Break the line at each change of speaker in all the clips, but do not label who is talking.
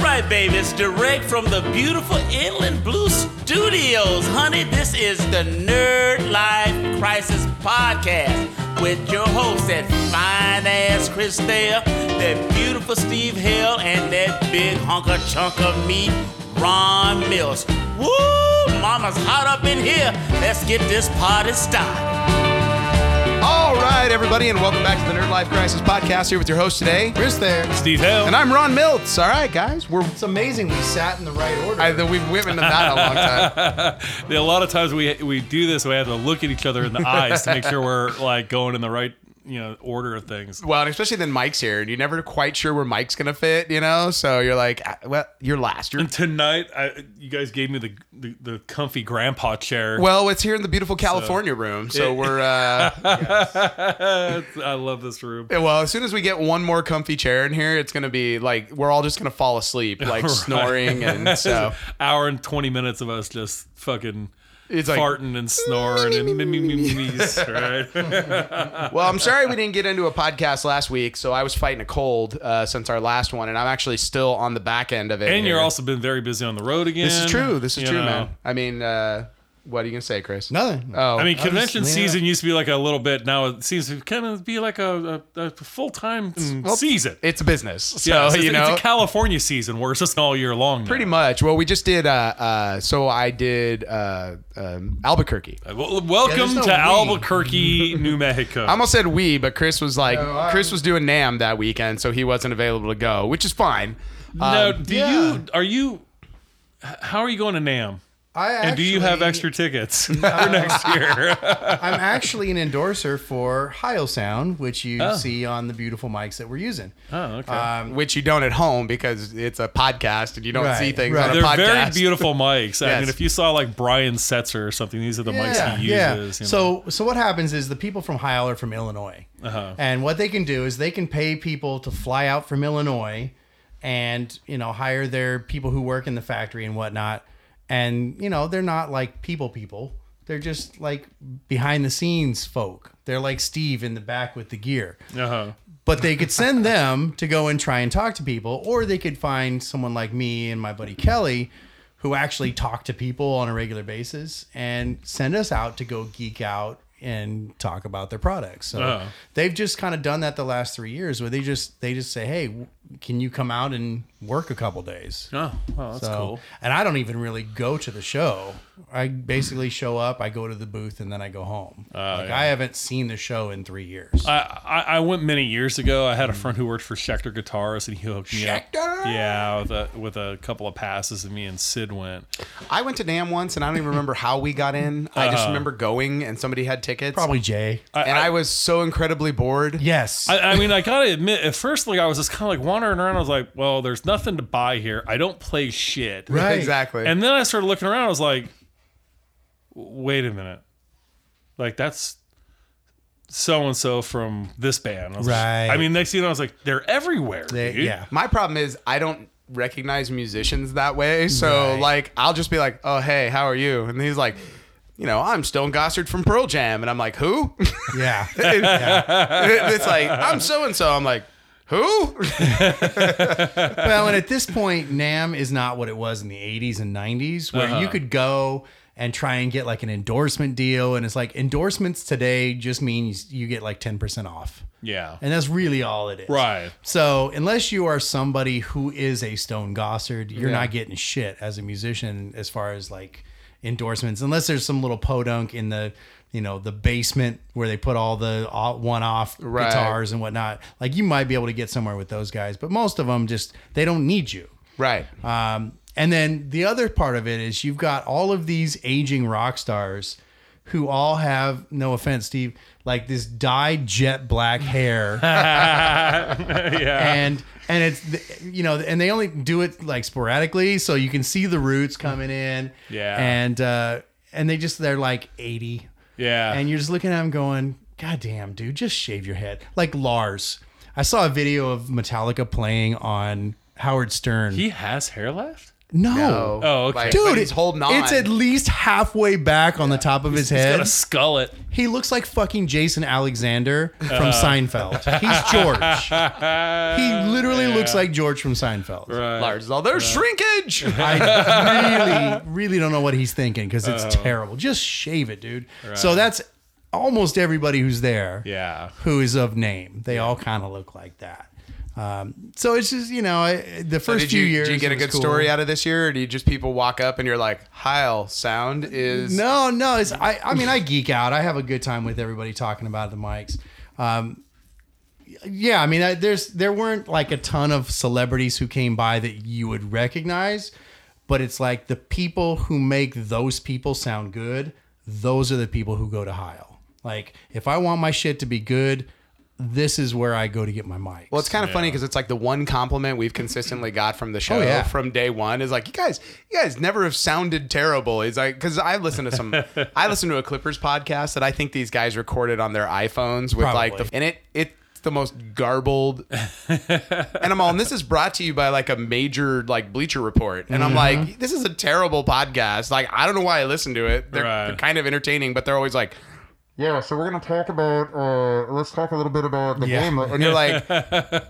right, baby. It's direct from the beautiful Inland Blue Studios. Honey, this is the Nerd Life Crisis Podcast with your hosts, that fine ass Chris Thayer, that beautiful Steve Hill, and that big hunker chunk of meat, Ron Mills. Woo! Mama's hot up in here. Let's get this party started.
All right, everybody, and welcome back to the Nerd Life Crisis Podcast. Here with your host today, Chris there,
Steve Hill.
and I'm Ron Miltz. All right, guys, we're
It's amazing we sat in the right order.
I, the, we've been in that a long time.
a lot of times we we do this, we have to look at each other in the eyes to make sure we're like going in the right you know order of things.
Well, and especially then Mike's here, and you're never quite sure where Mike's gonna fit, you know. So you're like, ah, well, you're last. You're
And tonight, I, you guys gave me the, the the comfy grandpa chair.
well, it's here in the beautiful California room, so we're. uh
I love this room.
Well, as soon as we get one more comfy chair in here, it's gonna be like we're all just gonna fall asleep, like snoring, and so
Hour and twenty minutes of us just fucking
it's like
farting and snoring and me, me, me, me's, right?
Well, I'm sorry we didn't get into a podcast last week, so I was fighting a cold uh, since our last one, and I'm actually still on the back end of it.
And you're
here.
also been very busy on the road again.
This is true. This is
you
true,
know.
man. I mean, uh, what are you gonna say, Chris?
Nothing.
Oh,
I mean, convention
leaning
season used to be like a little bit. Now it seems to kind of be like a, a, a full time season.
it's a business, so
Yeah, it's,
you
it's
know,
a California season where it's just all year long. now.
pretty much. Well, we just did. Uh, uh, so I did uh, um, Albuquerque.
Well, welcome
Yeah, there's no
to
we.
Albuquerque, New Mexico.
I almost said we, but Chris was like,
No, I-
Chris was doing Nam that weekend, so he wasn't available to go, which is fine.
now, do
yeah.
you are you? h- How are you going to Nam?
I
and do you have extra
actually-
tickets for next year?
I'm actually an endorser for Hyo Sound, which you see on the beautiful mics that we're using.
oh, okay.
Um,
Which you don't at home because it's a podcast and you don't
Right,
see things
right.
on a
They're
podcast.
very beautiful mics. I
Yes.
mean, if you saw like Brian Setzer or something, these are the mics he uses. you know.
So so what happens is the people from Heil are from Illinois, uh-huh. and what they can do is they can pay people to fly out from Illinois, and you know hire their people who work in the factory and whatnot, and you know they're not like people people. They're just like behind the scenes folk. They're like Steve in the back with the gear.
uh-huh.
But they could send them to go and try and talk to people, or they could find someone like me and my buddy Kelly, who actually talk to people on a regular basis, and send us out to go geek out and talk about their products. So
Uh-huh.
they've just kind of done that the last three years, where they just they just say, "Hey, w- can you come out and work a couple days?"
Oh, well, that's
So,
cool.
and I don't even really go to the show. I basically show up, I go to the booth, and then I go home. like
Oh, yeah. Uh,
I haven't seen the show in three years.
I, I I went many years ago. I had
Mm-hmm.
a friend who worked for Schecter Guitars, and he hooked me up.
Schecter?
Yeah, with a, with a couple of passes, and me and Sid went.
I went to Nam once, and I don't even remember how we got in. I just remember going, and somebody had tickets.
Uh-huh. Probably Jay.
And I, was so incredibly bored.
Yes.
I, I mean, I gotta admit, at first, like I was just kind of like wandering around. I was like, "Well, there's nothing to buy here. I don't play shit."
Right.
Exactly.
And then I started looking around. I was like, "Wait a minute, like that's so and so from this band." I was like-
Right.
I mean, next thing you know, I was like, "They're everywhere."
They-
dude.
yeah.
my problem is I don't recognize musicians that way. So
Right.
like, I'll just be like, "Oh hey, how are you?" And he's like, "You know, I'm Stone Gossard from Pearl Jam," and I'm like, "Who?"
yeah.
it's like I'm so and so. I'm like. Who?
well, and at this point, Nam is not what it was in the 80s and 90s, where
Uh-huh.
you could go and try and get like an endorsement deal. And it's like endorsements today just means you get like 10% off.
yeah.
And that's really all it is.
Right.
So, unless you are somebody who is a Stone Gossard, you're not getting shit as a musician as far as like endorsements, unless there's some little podunk in the, you know, the basement where they put all the all- one-off
Right.
guitars and whatnot. Like you might be able to get somewhere with those guys, but most of them just they don't need you.
Right.
Um, and then the other part of it is you've got all of these aging rock stars who all have, no offense, Steve, like this dyed jet black hair. And and it's you know and they only do it like sporadically so you can see the roots coming in
Yeah.
and uh and they just they're like 80
Yeah.
and you're just looking at him going, God damn, dude, just shave your head. Like Lars. I saw a video of Metallica playing on Howard Stern.
he has hair left.
No.
No.
Oh, okay.
Like,
Dude,
but
Dude,
he's
it-
holding on.
It's at least halfway back on the top of his
He's
head.
got a skull it.
He looks like fucking Jason Alexander from
Uh.
Seinfeld. He's George. he literally looks like George from Seinfeld.
Right.
Lars is all there's shrinkage.
I really, really don't know what he's thinking because
Uh.
it's terrible. Just shave it, dude. So that's almost everybody who's there
Yeah.
who is of name. They all kind of look like that. Um, so it's just, you know, I, the first
did
few
you,
years.
did you get
it
a
was
good
cool.
story out of this year, or do you just people walk up and you're like, "Heil, sound is
No, no. It's I. I mean, I geek out. I have a good time with everybody talking about the mics. Um, yeah, I mean, I, there's there weren't like a ton of celebrities who came by that you would recognize, but it's like the people who make those people sound good. Those are the people who go to Heil. Like, if I want my shit to be good, this is where I go to get my mics.
Well, it's kind of 'cause funny because it's like the one compliment we've consistently got from the show
Oh, yeah.
from day one is like, you guys, you guys never have sounded terrible. It's like because I listen to some, I listen to a Clippers podcast that I think these guys recorded on their iPhones with like the,
Probably.
and it it. The most garbled, and I'm all. And this is brought to you by like a major like Bleacher Report, and
Mm-hmm.
I'm like, this is a terrible podcast. Like I don't know why I listen to it. They're,
Right.
they're kind of entertaining, but they're always like,
Yeah, so we're gonna talk about. Uh, let's talk a little bit about the
Yeah.
game.
and you're like,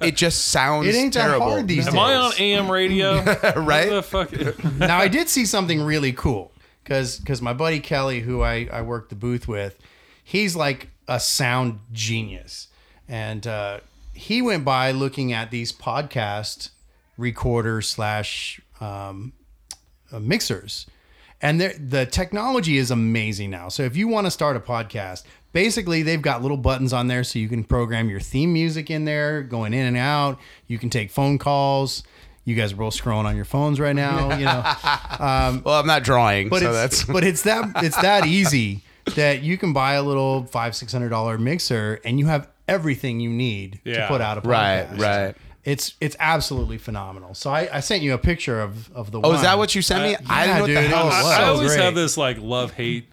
it just sounds.
It ain't that
terrible.
hard these
Am I on AM radio?
Right?
What the fuck?
now I did see something really cool because my buddy Kelly, who I I work the booth with, he's like a sound genius, and uh, he went by looking at these podcast recorder slash um, uh, mixers, and they're- the technology is amazing now. So if you want to start a podcast. Basically, they've got little buttons on there so you can program your theme music in there, going in and out. You can take phone calls. You guys are both scrolling on your phones right now. You know,
Well, I'm not drawing,
but
so
it's
that's
but it's that it's that easy that you can buy a little five six hundred dollar mixer and you have everything you need to
Yeah.
put out a
Right,
podcast.
right.
It's it's absolutely phenomenal. So I, I sent you a picture of of the.
Oh, is that what you sent me? I
Uh, yeah,
didn't know
dude,
what the
it
hell it
was-
I, I
Wow.
was.
always
Great.
have this like love hate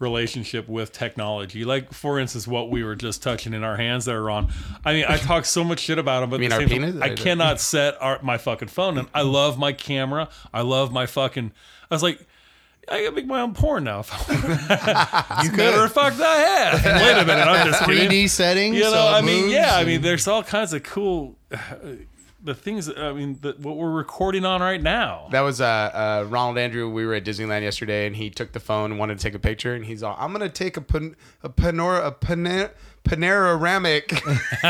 relationship with technology. Like for instance, what we were just touching in our hands that are on. I mean, I talk so much shit about them, but
mean
at the
our
same time,
penis?
I cannot set our, my fucking phone. And I love my camera. I love my fucking. I was like. I gotta make my own porn now. you matter of fact, I have. Wait a minute, I'm just kidding.
3D settings.
You know,
so it
I mean,
moves
yeah, I
and-
mean, there's all kinds of cool. The things, I mean, the, what we're recording on right now.
That was uh, uh, Ronald Andrew. We were at Disneyland yesterday, and he took the phone, and wanted to take a picture, and he's all, "I'm gonna take a pan- a panor a pana- panoramic."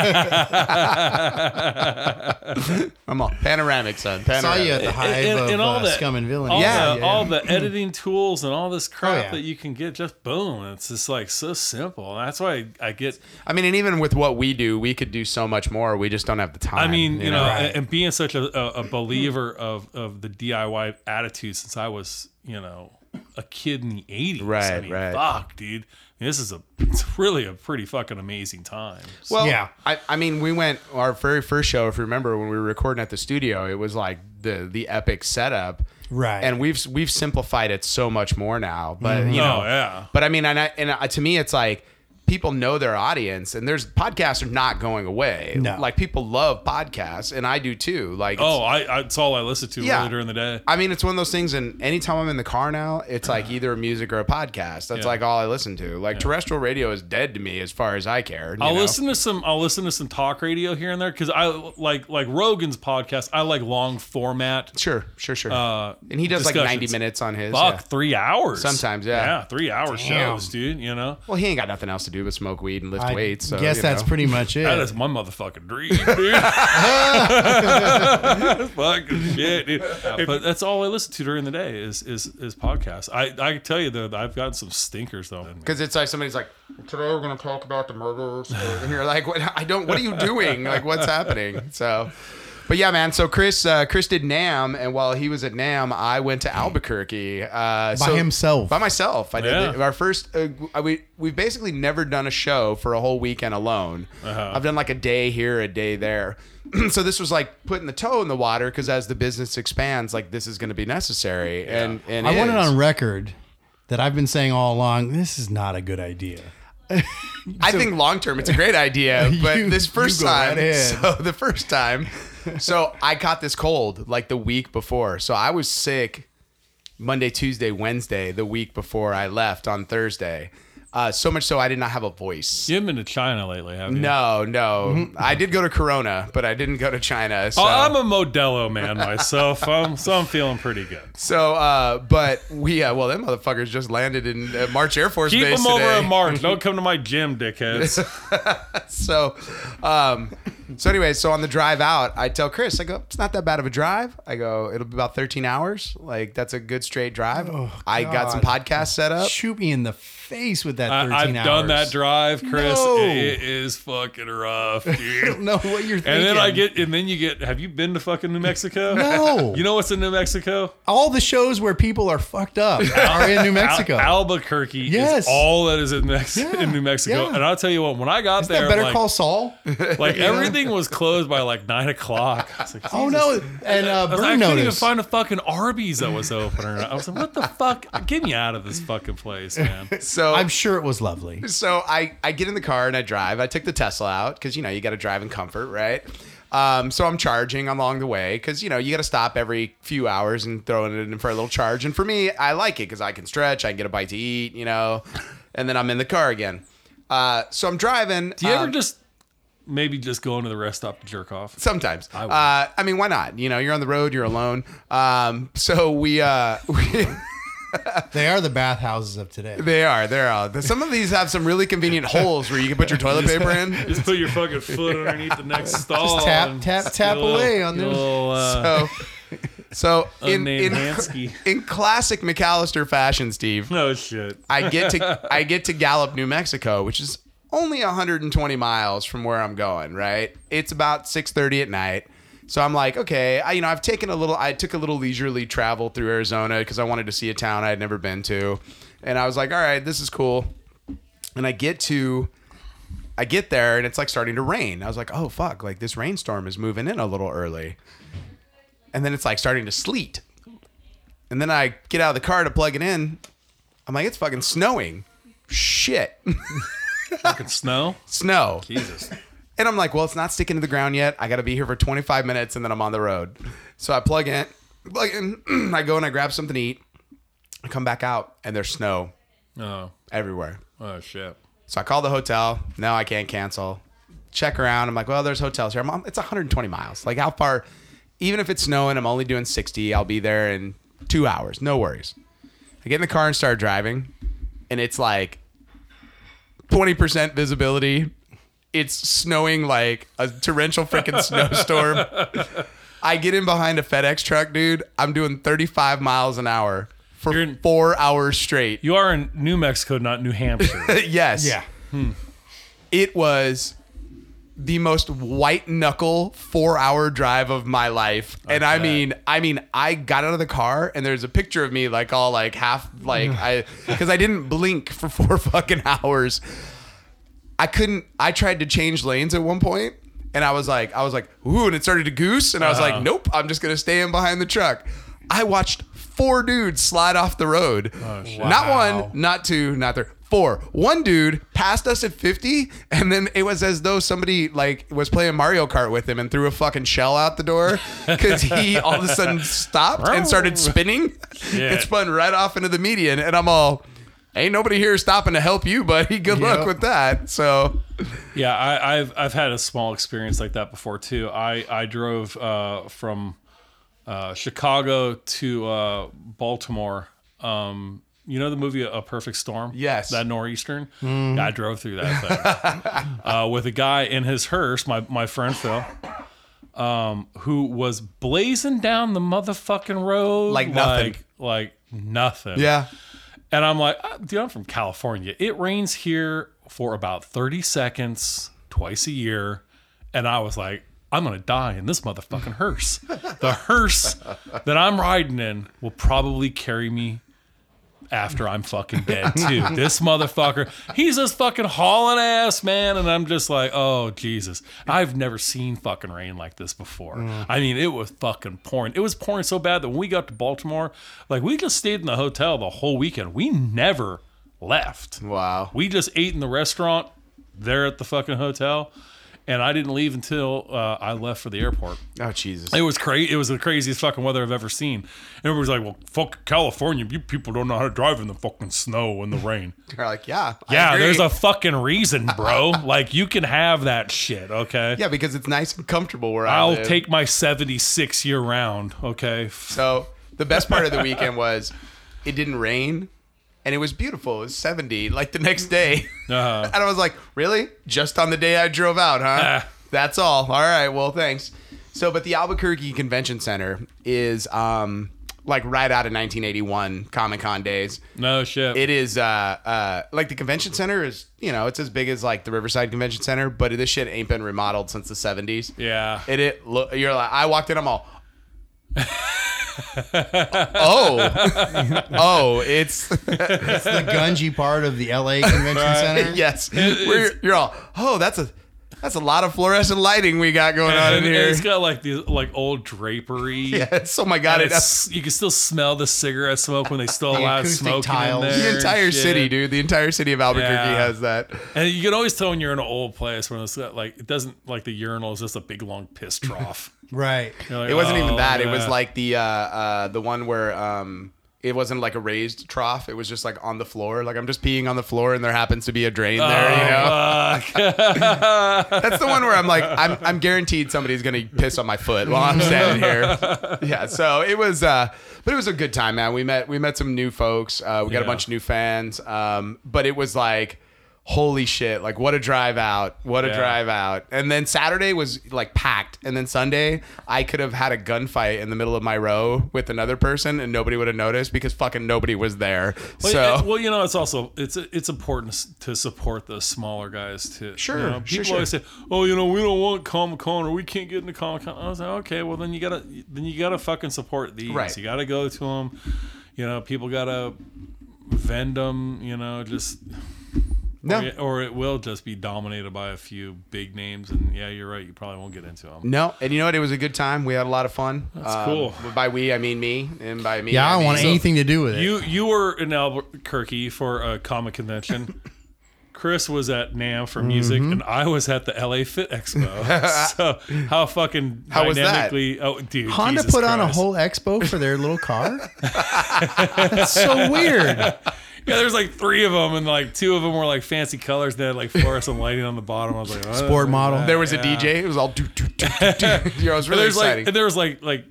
I'm all panoramic, son.
saw
Panoramic.
you at the hive
and,
of
and all
uh,
the
scum and villainy.
all
Yeah, Oh,
the,
yeah.
all the editing tools and all this crap
yeah.
that you can get. Just boom, it's just like so simple. That's why I, I get.
I mean, and even with what we do, we could do so much more. We just don't have the time.
I mean, you know,
right.
and- and being such a, a, a believer of of the DIY attitude since I was, you know, a kid in the '80s. I
Right,
mean,
right.
Fuck, dude, this is a it's really a pretty fucking amazing time.
Well,
Yeah.
I, I mean, we went our very first show. If you remember, when we were recording at the studio, it was like the the epic setup,
Right. Mm-hmm.
And we've we've simplified it so much more now. But you know,
oh yeah.
but I mean, and I, and I, to me, it's like people know their audience, and there's podcasts are not going away.
No.
Like people love podcasts, and I do too. Like it's-
Oh, I, I it's all I listen to
Yeah.
really during the day.
I mean, it's one of those things, and anytime I'm in the car now, it's like either music or a podcast. That's
Yeah.
like all I listen to. Like terrestrial radio is dead to me as far as I care. you
I'll
know?
listen to some. I'll listen to some talk radio here and there because I like like Rogan's podcast. I like long format.
Sure, sure, sure.
Uh,
and he does like 90
discussions.
minutes on his.
Fuck,
yeah.
three hours.
Sometimes, yeah.
Yeah, three hour
Damn.
shows, dude. You know,
Well, he ain't got nothing else to do but smoke weed and lift
I
weights. So,
guess
you
that's
know.
pretty much it.
that is my motherfucking dream, dude. fucking shit, dude. But that's all I listen to during the day is is is podcasts. I I can tell you though, I've gotten some stinkers though.
Because it's like somebody's like,
Today we're gonna talk about the Uh, murders.
and you're like, what? I don't. What are you doing? Like, what's happening? So, but yeah, man. So Chris, uh, Chris did Nam, and while he was at Nam, I went to Albuquerque uh, by
himself.
By myself, I did
Yeah.
it. our first. Uh, I- we we've basically never done a show for a whole weekend alone. I've done like a day here, a day there. so this was like putting the toe in the water because as the business expands, like this is going to be necessary. And and
I want it
is.
on record that I've been saying all along. This is not a good idea.
I think long term it's a great idea, but
You-
this
you
first
go right
time,
ahead.
so the first time, so I caught this cold like the week before. So I was sick Monday, Tuesday, Wednesday, the week before I left on Thursday. Uh, so much so I did not have a voice.
You haven't been to China lately, have you?
No,
Mm-hmm.
no. I did go to Corona, but I didn't go to China. So,
Oh, I'm
Um,
a Modelo man myself, I'm, so I'm feeling pretty good.
so uh, but we, uh, well, them motherfuckers just landed in uh, March Air Force
Keep
Base
them over
today.
at March. Don't come to my gym, dickheads.
so um so anyway so on the drive out i tell chris i go it's not that bad of a drive i go it'll be about 13 hours like that's a good straight drive
Oh,
i got some podcasts set up
Shoot me in the face with that.
I,
13
I've
hours.
done that drive, Chris.
No.
It is fucking rough, dude.
No, what you're thinking?
And then I get, and then you get. Have you been to fucking New Mexico?
No.
You know what's in New Mexico?
all the shows where people are fucked up are in New Mexico.
Al- Albuquerque
Yes.
is all that is in, Mex-
Yeah,
in New Mexico.
yeah.
And I'll tell you what, when I got
Isn't
there,
that better
like,
call Saul?
like everything was closed by like nine o'clock. I was like,
oh no, and uh,
I, was like, I
Burn
couldn't even
Notice.
find a fucking Arby's that was open. Or not. I was like, what the fuck? Get me out of this fucking place, man.
so
I'm sure it was lovely.
so I, I get in the car and I drive. I took the Tesla out because you know you got to drive in comfort, right? Um, so I'm charging along the way because you know you got to stop every few hours and throwing it in for a little charge. And for me, I like it because I can stretch, I can get a bite to eat, you know, and then I'm in the car again. Uh, so I'm driving.
Do you
um,
ever just maybe just go into the rest stop to jerk off?
Sometimes. I,
will.
uh, I mean, why not? You know, you're on the road, you're alone. Um, so we, uh, we
They are the bathhouses of today.
they are, they're all. Some of these have some really convenient holes where you can put your toilet paper in.
Just put your fucking foot underneath the next stall.
tap-
and
tap- tap
you'll-
away on this.
you'll,
So,
uh,
so in,
unnamed
in,
Hansky.
in classic McAllister fashion, Steve,
No shit.
I get to I get to Gallup, New Mexico, which is only 120 miles from where I'm going. Right, it's about 6:30 at night. So I'm like, okay, I, you know, I've taken a little, I took a little leisurely travel through Arizona because I wanted to see a town I had never been to, and I was like, all right, this is cool. And I get to, I get there, and it's like starting to rain. I was like, oh fuck, like this rainstorm is moving in a little early, and then it's like starting to sleet. And then I get out of the car to plug it in, I'm like, it's fucking snowing. Shit.
Fucking snow.
Snow.
Jesus.
And I'm like, well, it's not sticking to the ground yet. I got to be here for 25 minutes and then I'm on the road. So I plug in, plug in, I go and I grab something to eat. I come back out and there's snow
Oh.
everywhere.
Oh shit.
So I call the hotel. No, I can't cancel. Check around. I'm like, well, there's hotels here. I'm, I'm- it's 120 miles. Like, how far? Even if it's snowing, I'm only doing 60. I'll be there in two hours. No worries. I get in the car and start driving, and it's like 20% visibility. It's snowing like a torrential freaking snowstorm. I get in behind a FedEx truck, dude. I'm doing 35 miles an hour for
You're in-
four hours straight.
You are in New Mexico, not New Hampshire.
yes
Yeah,
it was the most white knuckle four hour drive of my life and i
bet.
mean i mean i got out of the car and there's a picture of me like all like half like i because i didn't blink for four fucking hours i couldn't i tried to change lanes at one point and i was like i was like ooh and it started to goose and i was
Uh-huh.
like nope i'm just gonna stay in behind the truck i watched four dudes slide off the road
Oh, shit.
not
Wow.
one not two, not three, four. One dude passed us at 50, and then it was as though somebody like was playing Mario Kart with him and threw a fucking shell out the door because he all of a sudden stopped and started spinning. It spun right off into the median, and I'm all, ain't nobody here stopping to help you, buddy. Good luck
Yep.
with that. So
yeah, I, I've I've had a small experience like that before too. I I drove uh, from uh, Chicago to uh, Baltimore. Um, you know the movie A Perfect Storm?
Yes.
That nor'eastern. Yeah, I drove through that thing uh, with a guy in his hearse. My my friend Phil. Um, who was blazing down the motherfucking road
Like nothing.
like, like nothing.
yeah,
And I'm like, "Ah, dude, I'm from California. It rains here for about 30 seconds twice a year. And I was like, I'm going to die in this motherfucking hearse. the hearse that I'm riding in will probably carry me after I'm fucking dead, too. this motherfucker, he's just fucking hauling ass, man. And I'm just like, oh, Jesus. I've never seen fucking rain like this before. I mean, it was fucking pouring. It was pouring so bad that when we got to Baltimore, like, we just stayed in the hotel the whole weekend. We never left.
wow.
We just ate in the restaurant there at the fucking hotel. and I didn't leave until uh, I left for the airport.
Oh Jesus!
It was crazy. It was the craziest fucking weather I've ever seen. And everybody's like, "Well, fuck California. You people don't know how to drive in the fucking snow and the rain."
They're like, yeah, I
yeah,
agree.
there's a fucking reason, bro. like you can have that shit, okay?
yeah because it's nice and comfortable where I
I'll
live.
take my 76 year round, okay? F-
So the best part of the weekend was it didn't rain and it was beautiful. It was 70 like the next day.
Uh,
and I was like, really? Just on the day I drove out, huh?
Ah.
That's all. All right. Well, thanks. So, but the Albuquerque Convention Center is um, like right out of 1981 Comic Con days.
no shit.
It is uh, uh, like the convention center is, you know, it's as big as like the Riverside Convention Center, but this shit ain't been remodeled since the 70s.
yeah.
It, it look you're like I walked in. I'm all. oh, oh, it's
the gungy part of the LA Convention Center.
yes. We're, you're all. Oh, that's a that's a lot of fluorescent lighting we got going on in
And- and
here.
It's got like the like old drapery.
Yes. Oh my god,
And
it, that's
it's, you can still smell the cigarette smoke when they still
The
allow
acoustic
smoking
tiles.
in
The
there.
the
and
entire
shit.
city, dude. The entire city of Albuquerque
Yeah.
has that.
And you can always tell when you're in an old place when it's got, like it doesn't like the urinal is just a big long piss trough.
Right.
You're like,
It wasn't even
"Oh,
that. It was
yeah."
like the uh, uh, the one where um, it wasn't like a raised trough. It was just like on the floor. Like I'm just peeing on the floor, and there happens to be a drain there. You know.
Oh, fuck.
That's the one where I'm like, I'm, I'm guaranteed somebody's gonna piss on my foot while I'm standing here. Yeah. So it was, uh, but it was a good time, man. We met we met some new folks. Uh, we got
Yeah.
a bunch of new fans. Um, but it was like, holy shit! Like what a drive out! What a
Yeah.
drive out! And then Saturday was like packed, and then Sunday I could have had a gunfight in the middle of my row with another person, and nobody would have noticed because fucking nobody was there.
Well,
so.
yeah, well, you know, it's also it's it's important s- to support the smaller guys too.
Sure,
you know,
sure,
people
sure.
always say, "Oh, you know, we don't want Comic Con or we can't get into Comic Con." I was like, "Okay, well then you gotta then you gotta fucking support these.
Right.
You gotta go to them. You know, people gotta vend them. You know, just
No.
or, it- or it will just be dominated by a few big names. And yeah, you're right. You probably won't get into them.
No, and you know what? It was a good time. We had a lot of fun. That's
cool.
By we, I mean me, and by me,
Yeah, I don't
mean-
want anything to do with it.
You you were in Albuquerque for a comic convention. Chris was at NAM for music,
Mm-hmm.
and I was at the LA Fit Expo. so how fucking
How was that?
dynamically? Oh, dude,
Honda
Jesus
put on a
Christ.
whole expo for their little car. That's so weird.
Yeah, there's like three of them, and like two of them were like fancy colors. They had like fluorescent lighting on the bottom. I was like, oh,
Sport model.
There was a DJ. It was all do do do do. do. Yeah, it was
And
really exciting.
there's like and there was like like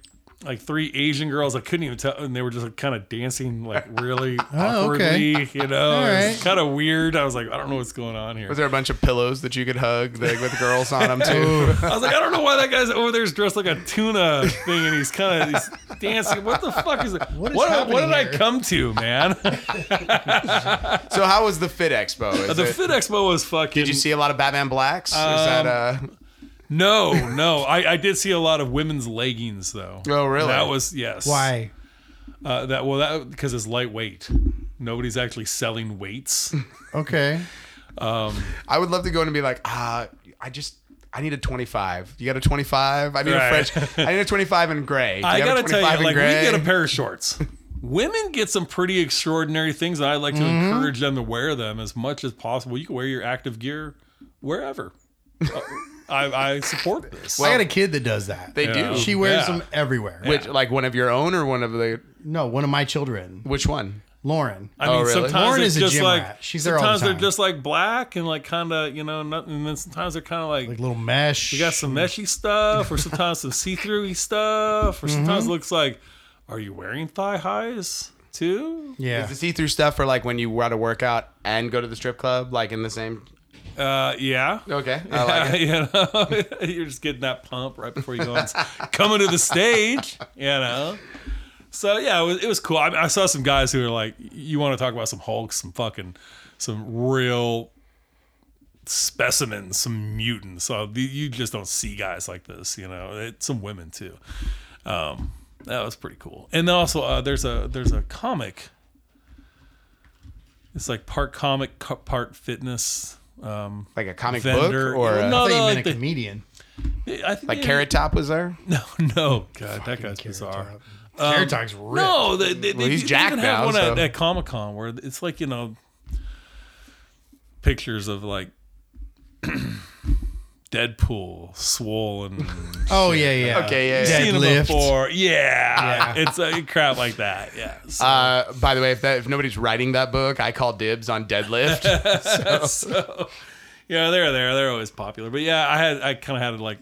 like three Asian girls. I couldn't even tell, and they were just like, kind of dancing like really awkwardly.
Oh, okay.
You know,
All
It was
right.
kind of weird. I was like, I don't know what's going on here.
was there a bunch of pillows that you could hug like, with girls on them too?
I was like, I don't know why that guy's over there is dressed like a tuna thing, and he's kind of he's dancing. What the fuck is that?
What is
what,
happening
what did I
here?
come to, man?
so how was the Fit Expo? Is
Uh, the
it-
Fit Expo was fucking.
did you see a lot of Batman Blacks? Is that uh,
Um, No, no. I, I did see a lot of women's leggings though.
Oh, really?
That was yes.
Why?
Uh, that well, that because it's lightweight. Nobody's actually selling weights.
Okay.
uh, I would love to go in and be like, ah, I just. I need a 25. You got a 25? I need a
Right.
fresh. I need a 25 in gray. Do
I
you have
gotta
a
tell
25
you,
in
like
gray?
we get a pair of shorts. Women get some pretty extraordinary things, and I like to
Mm-hmm.
encourage them to wear them as much as possible. You can wear your active gear wherever. Uh, I, I support this.
I got a kid that does that.
They do.
She wears
Yeah.
them everywhere.
Which like one of your own or one of the
No, one of my children,
which one?
Lauren.
I
Oh,
mean,
really?
sometimes
Lauren
it's
is a
just
gym
like
rat. She's there all the
sometimes
time.
they're just like black and like kind of you know nothing. And then sometimes they're kind of like
like little mesh.
You got some meshy stuff, or sometimes some see-through stuff, or sometimes
Mm-hmm.
it looks like, are you wearing thigh highs too?
Yeah.
Is the see-through stuff for like when you want to work out and go to the strip club, like in the same?
Uh, yeah.
Oh,
Okay, I like it.
you know, you're just getting that pump right before you go on, coming to the stage. You know. So yeah, it was, it was cool. I, I saw some guys who were like, you want to talk about some hulks, some fucking, some real specimens, some mutants. So the- you just don't see guys like this, you know. It, some women too. Um, that was pretty cool. And then also, uh, there's a there's a comic. It's like part comic, co- part fitness. Um,
like a comic
vendor
book or a-
no,
Oh, I thought you
no,
meant
like
a
the-
comedian.
I think
like
they-
Carrot Top was there.
No, no, God, that guy's bizarre.
Carrot Top's ripped.
Um, No, they, they, they
he's
do- they
jacked
even
now,
have one at,
so-
at Comic Con where it's like you know pictures of like Deadpool, swollen.
Oh yeah, yeah.
Okay, yeah, yeah.
Seen him
Deadlift.
before. Yeah.
Yeah.
It's uh, crap like that. Yeah. So
Uh, by the way, if, that, if nobody's writing that book, I call dibs on deadlift.
so yeah, they're there. They're always popular. But yeah, I had I kind of had like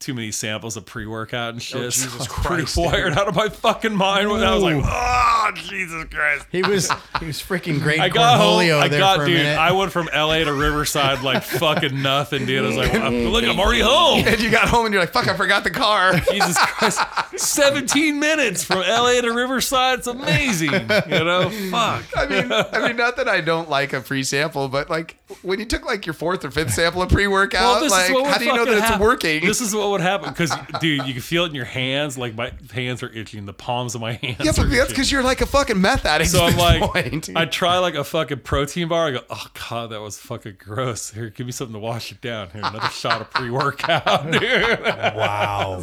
too many samples of pre workout and shit. so
Oh, Jesus
I was pretty
Christ, dude.
wired out of my fucking mind when I was like, oh Jesus Christ.
He was he was freaking great.
I got home.
cornholio
I
there
got
for a
dude.
minute.
I went from L.A. to Riverside like fucking nothing, dude. I was like, I'm, look, I'm already home.
and you got home and you're like, fuck, I forgot the car.
Jesus Christ, 17 minutes from L.A. to Riverside. It's amazing. You know, fuck.
I mean, I mean, not that I don't like a free sample, but like when you took like your fourth or fifth sample of pre-workout, like
would
how do you know
fucking
that it's
happen.
working?
This is what would happen because, dude, you can feel it in your hands. Like my hands are itching. The palms of my hands.
yeah,
are
but that's
itching.
because you're like a fucking meth addict.
So
at
I'm
this
like,
point.
I try like a fucking protein bar. I go, oh god, that was fucking gross. Here, give me something to wash it down. Here, another shot of pre-workout, dude.
wow.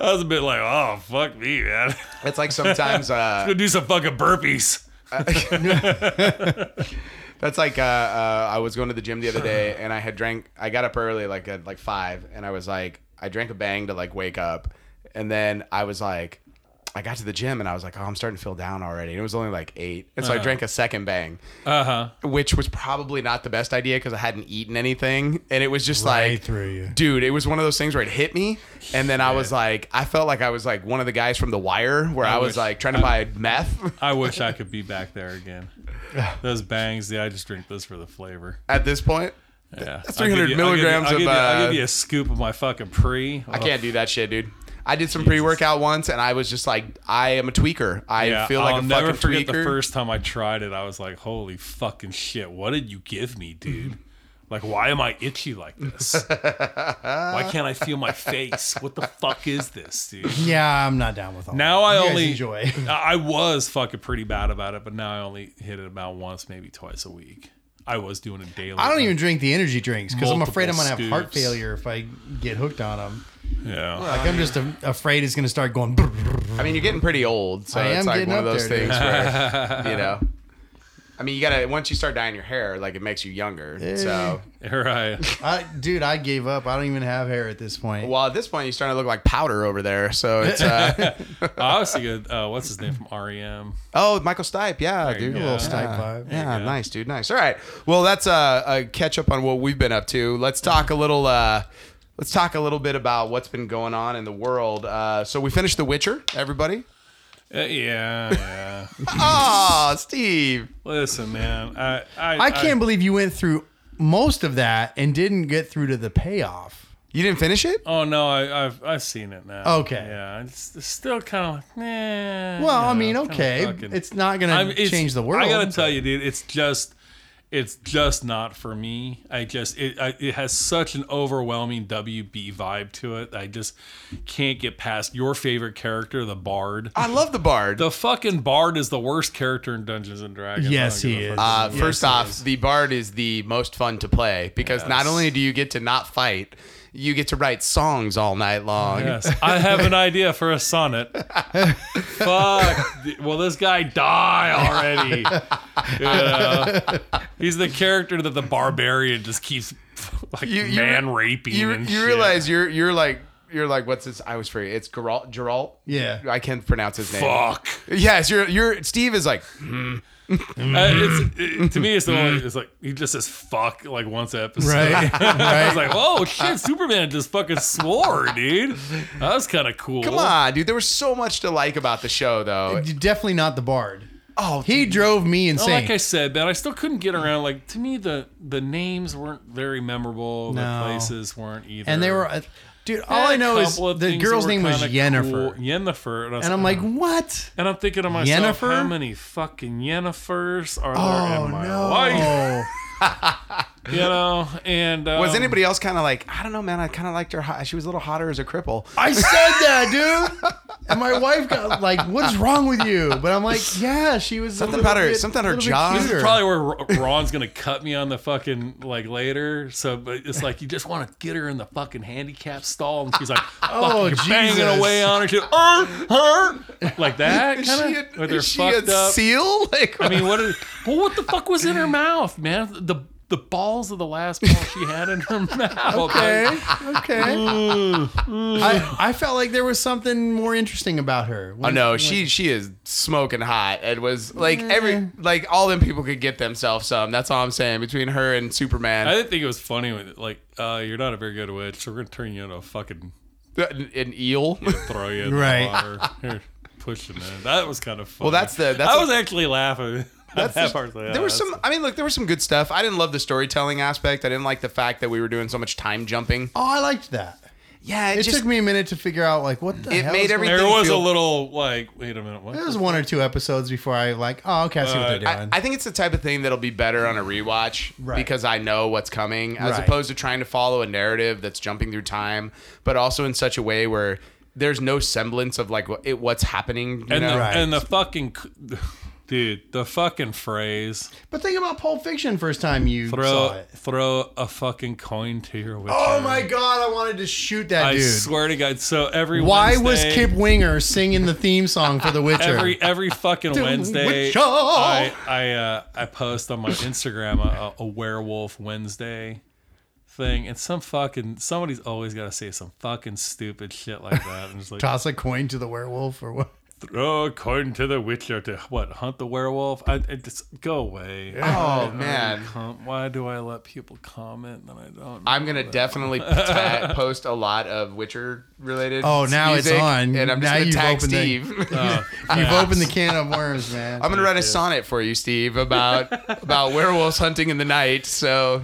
I was a bit like, oh fuck me, man.
it's like sometimes uh,
Go do some fucking burpees.
That's like uh, uh, I was going to the gym the other day, and I had drank. I got up early, like at like five, and I was like, I drank a bang to like wake up, and then I was like, I got to the gym, and I was like, oh, I'm starting to feel down already. And it was only like eight, and so I drank a second bang,
Uh huh.
which was probably not the best idea because I hadn't eaten anything, and it was just
Right
like
through you.
dude. It was one of those things where it hit me, and then I was like, I felt like I was like one of the guys from The Wire, where I, was
wish-
like trying to buy meth.
I wish I could be back there again. Those bangs, yeah, I just drink this for the flavor.
At this point,
Yeah, that's
300 milligrams
I'll give,
of,
you, I'll
uh,
give you a scoop of my fucking pre.
I can't do that shit, dude. I did some pre workout once, and I was just like, I am a tweaker. I feel like
I'll
a
never
fucking
forget
tweaker.
the first time I tried it. I was like, "Holy fucking shit! What did you give me, dude? like, why am I itchy like this? why can't I feel my face? What the fuck is this, dude?"
Yeah, I'm not down with all.
Now
that.
I
You guys
only
enjoy.
I I was fucking pretty bad about it, but now I only hit it about once, maybe twice a week. I was doing it daily.
I don't even drink the energy drinks because I'm afraid I'm gonna have
Multiple
heart
scoops.
failure if I get hooked on them.
Yeah.
Like I'm just a, afraid it's gonna start going. brr, brr, brr.
I mean, you're getting pretty old, so
I
it's
am
like
getting
one of
up
those
there, dude.
things where, you know. I mean, you gotta, once you start dyeing your hair, like it makes you younger. So,
right.
I, dude, I gave up. I don't even have hair at this point.
well, at this point, you're starting to look like powder over there. So it's, uh,
I was thinking, uh, what's his name from REM?
oh, Michael Stipe. Yeah,
you
dude.
go.
Yeah,
A little
Stipe vibe. There
Yeah, nice, dude. Nice. All right. Well, that's uh, a catch up on what we've been up to. Let's talk a little, uh, let's talk a little bit about what's been going on in the world. Uh, so we finished The Witcher, everybody.
Uh, yeah, yeah.
Oh, Steve.
Listen, man, I I,
I can't believe you went through most of that and didn't get through to the payoff.
You didn't finish it?
Oh no, I, I've I've seen it now.
Okay.
Yeah, it's, it's still kind of like, nah.
Well, I
you know, kinda
mean, okay,
fucking-
it's not gonna
I'm- it's-
change the world.
I gotta tell you, dude, it's just it's just not for me. I just it I, it has such an overwhelming WB vibe to it. I just can't get past your favorite character, the Bard.
I love the bard.
The fucking Bard is the worst character in Dungeons and Dragons. I
Yes,
don't
he
give a
is.
fuck.
uh,
Yes,
first
it
off,
is.
the bard is the most fun to play because not only do you get to not fight, you get to write songs all night long.
Yes, I have an idea for a sonnet. Fuck. Will this guy die already? You know? He's the character that the barbarian just keeps like
You- you-
man raping.
You,
and
you
shit.
realize you're you're like you're like what's this? I was free. It's Geralt. Geralt.
Yeah.
I can't pronounce his name.
Fuck.
Yes, you're you're Steve is like Mm-hmm.
Uh, it's, it- to me, it's the only. It's like he just says "fuck" like once an episode.
Right.
I was like, "Oh shit, Superman just fucking swore, dude. That was kind of cool."
Come on, dude. There was so much to like about the show, though.
Definitely not the Bard.
Oh,
He drove me
Well,
insane.
Like I said, man, I still couldn't get around. Like to me, the the names weren't very memorable.
No.
The places weren't either.
and they were, uh, dude. All I
Had a
know is
couple of
the
things
girl's
that were
name was
kinda
Yennefer,
cool. Yennefer, and, I was-
and I'm like, what?
and I'm thinking to myself,
Yennefer?
how many fucking Yennefers are there
Oh
in my life?
no!
You know, and um,
was anybody else kind of like I don't know, man. I kind of liked her. hot- She was a little hotter as a cripple.
I said that, dude. And my wife got like, "What's wrong with you?" But I'm like, "Yeah, she was a
Something
little
about her-
bit-
something about her
little bit
jaw. This is
This
cuter.
is probably where Ro- Ron's gonna cut me on the fucking like later. So, but it's like you just want to get her in the fucking handicap stall, and she's like,
Oh,
"Oh, banging
Jesus.
away on her, she, "Er, her," like that
Is she
kind
a,
of. Or they're
is she a
fucked up.
seal? Like
I mean, what? Is, well, what the fuck was in her mouth, man? The the balls of the last ball she had in her mouth.
Okay. Okay.
Mm,
I, I felt like there was something more interesting about her.
Oh no, she she is smoking hot and was like every like all them people could get themselves some. That's all I'm saying. Between her and
I
Superman,
didn't think it was funny when like uh, you're not a very good witch, so we're gonna turn you into a fucking
an, an uh, eel.
throw you in
Right.
the water. Here, pushing it. That was kind of funny.
Well, that's the- that's
I
a-
was actually laughing.
That's
that
the-
part. Yeah,
there was
that's-
some. I mean, look, there was some good stuff. I didn't love the storytelling aspect. I didn't like the fact that we were doing so much time jumping.
Oh, I liked that.
Yeah,
It took me a minute to figure out like what the
It
hell
made
is going-
everything-
There was a
feel-
little like, wait a minute, what?
There was one or two episodes before I like. Oh, okay, I see what they're
Uh, I,
doing.
I think it's the type of thing that'll be better on a rewatch
Right.
because I know what's coming, as
Right.
opposed to trying to follow a narrative that's jumping through time, but also in such a way where there's no semblance of like what, it, what's happening. You
and
know?
the,
Right.
and the fucking dude, the fucking phrase.
but think about Pulp Fiction. First time you saw
Throw
it.
throw a fucking coin to your witch.
Oh
hat.
my god, I wanted to shoot that
I
dude.
swear to God. So every
Why
Wednesday-
was Kip Winger singing the theme song for The Witcher?
every every fucking Wednesday,
Witcher.
I I, uh, I post on my Instagram a, a werewolf Wednesday thing, and some fucking somebody's always got to say some fucking stupid shit like that. And it's like
Toss a coin to the werewolf or what?
throw a coin to the Witcher to what hunt the werewolf. I, I just go away.
Oh man.
Com- Why do I let people comment? Then I don't.
I'm gonna definitely ta- post a lot of Witcher related.
Oh, now it's
music,
on.
and I'm just
Now
gonna
you've
tag
opened the- Oh,
Steve.
You've opened the can of worms, man.
I'm gonna write a sonnet for you, Steve, about about werewolves hunting in the night. So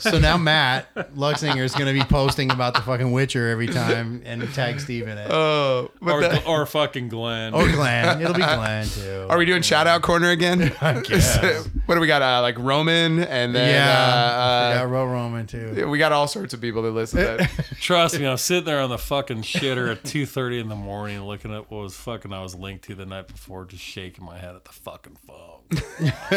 so now Matt Luxinger is going to be posting about the fucking Witcher every time and tag Steve in it.
Oh, but
or,
the-
or fucking Glenn.
or Glenn. It'll be Glenn too.
are we doing shout out corner again?
guess.
what do we got? Uh, like Roman, and then
yeah.
uh,
yeah, Ro Roman too.
uh, we got all sorts of people that listen. to that.
Trust me, I'm sitting there on the fucking shitter at 2:30 in the morning, looking at what was fucking I was linked to the night before, just shaking my head at the fucking phone.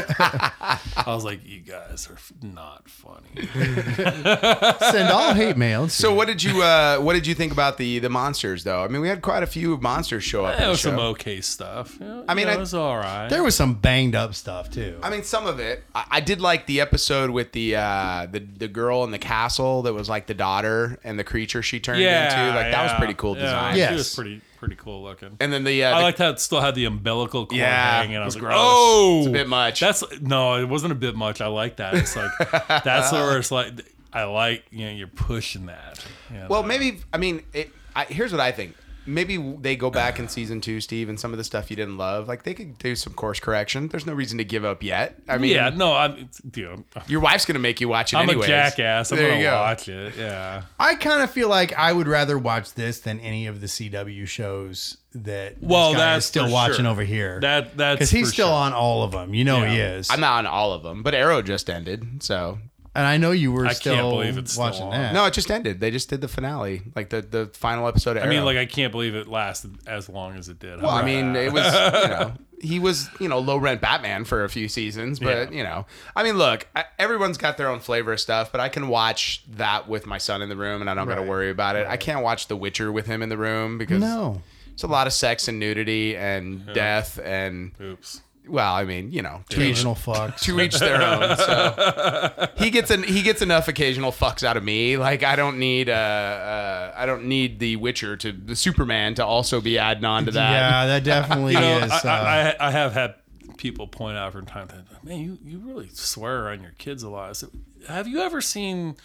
I was like, "You guys are f- not funny."
Send all hate mail.
So what did you uh, what did you think about the the monsters though? I mean, we had quite a few monsters show up. in
That
the
was some
show.
okay stuff.
I mean,
it
I-
was all right.
there was some banged up stuff too.
I mean, some of it. I, I did like the episode with the uh, the the girl in the castle that was like the daughter and the creature she turned
yeah,
into. Like that was
yeah,
pretty cool
yeah,
design.
Yeah.
She was
Yes.
pretty pretty cool looking.
And then the, uh,
I
the-
liked how it still had the umbilical cord
Yeah,
hanging.
it
I
was
was like,
gross.
"Oh,
It's a bit much."
That's no, it wasn't a bit much. I like that. It's like that's where it's like I like you know you're pushing that. you know?
Well, maybe I mean, it, I, here's what I think. Maybe they go back in season two, Steve, and some of the stuff you didn't love. Like they could do some course correction. There's no reason to give up yet. I mean,
yeah, no, I'm it's- dude. I'm,
your wife's gonna make you watch it.
I'm
anyways.
a jackass. I'm
There
gonna
you go.
watch it. Yeah.
I kind of feel like I would rather watch this than any of the CW shows that. this
Well,
guy
that's
is still
for
watching
sure.
over here.
That that's
because he's
for
still
sure.
on all of them. You know he is.
I'm not on all of them, but Arrow just ended. So
and I know you were
can't
still
believe it's still
watching
on.
that.
no, it just ended. They just did the finale, like the the final episode. Of
I mean,
Arrow.
like I can't believe it lasted as long as it did.
Well, I mean, it was you know he was you know low rent Batman for a few seasons, but
Yeah.
you know, I mean, look, I, everyone's got their own flavor of stuff, but I can watch that with my son in the room, and I don't got to
Right.
worry about it. I can't watch The Witcher with him in the room because
no.
it's a lot of sex and nudity and death and
oops.
well, I mean, you know, to each,
Occasional fucks.
to each their own. So he gets an he gets enough occasional fucks out of me. Like I don't need uh, uh I don't need The Witcher to the Superman to also be adding on to that.
Yeah, that definitely
You know,
is.
I,
uh,
I, I I have had people point out from time to time, man, you you really swear on your kids a lot. I said, have you ever seen?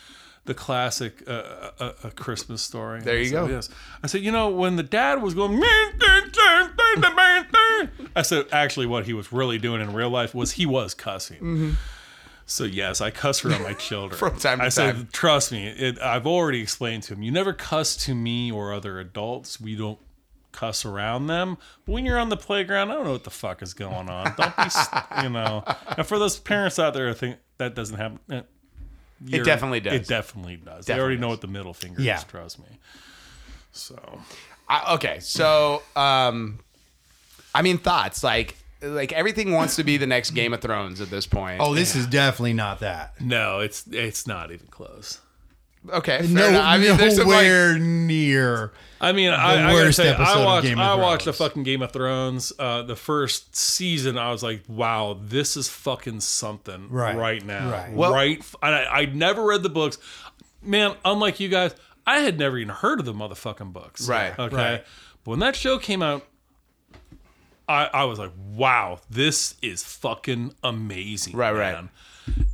The classic uh, uh, uh, Christmas story.
There
I
you
said,
go.
Yes. I said, you know, when the dad was going, I said, actually, what he was really doing in real life was he was cussing. So yes, I cuss around my children
Mm-hmm. From time to
I said,
time.
trust me, it, I've already explained to him. You never cuss to me or other adults. We don't cuss around them. But when you're on the playground, I don't know what the fuck is going on. Don't be, s- you know. And for those parents out there, I think that doesn't happen. eh, you're-
definitely does.
It definitely does. they
Definitely
already know
does.
what the middle finger
Yeah.
is. Trust me. So
I, okay, so um, I mean thoughts like like everything wants to be the next Game of Thrones at this point.
oh, this is definitely not that.
no, it's it's not even close.
Okay, fair
No,
enough. I mean, there's some like,
nowhere near.
I mean, I, I gotta
worst
tell you,
episode
I
of
watched
Game of
I watched the
Thrones.
fucking Game of Thrones, uh, the first season. I was like, wow, this is fucking something right,
Right.
now, right?
Right.
Well-
f- and I, I'd never read the books, man. Unlike you guys, I had never even heard of the motherfucking books,
Right.
Okay,
Right.
but when that show came out. I, I was like, wow, this is fucking amazing.
Right, right.
man.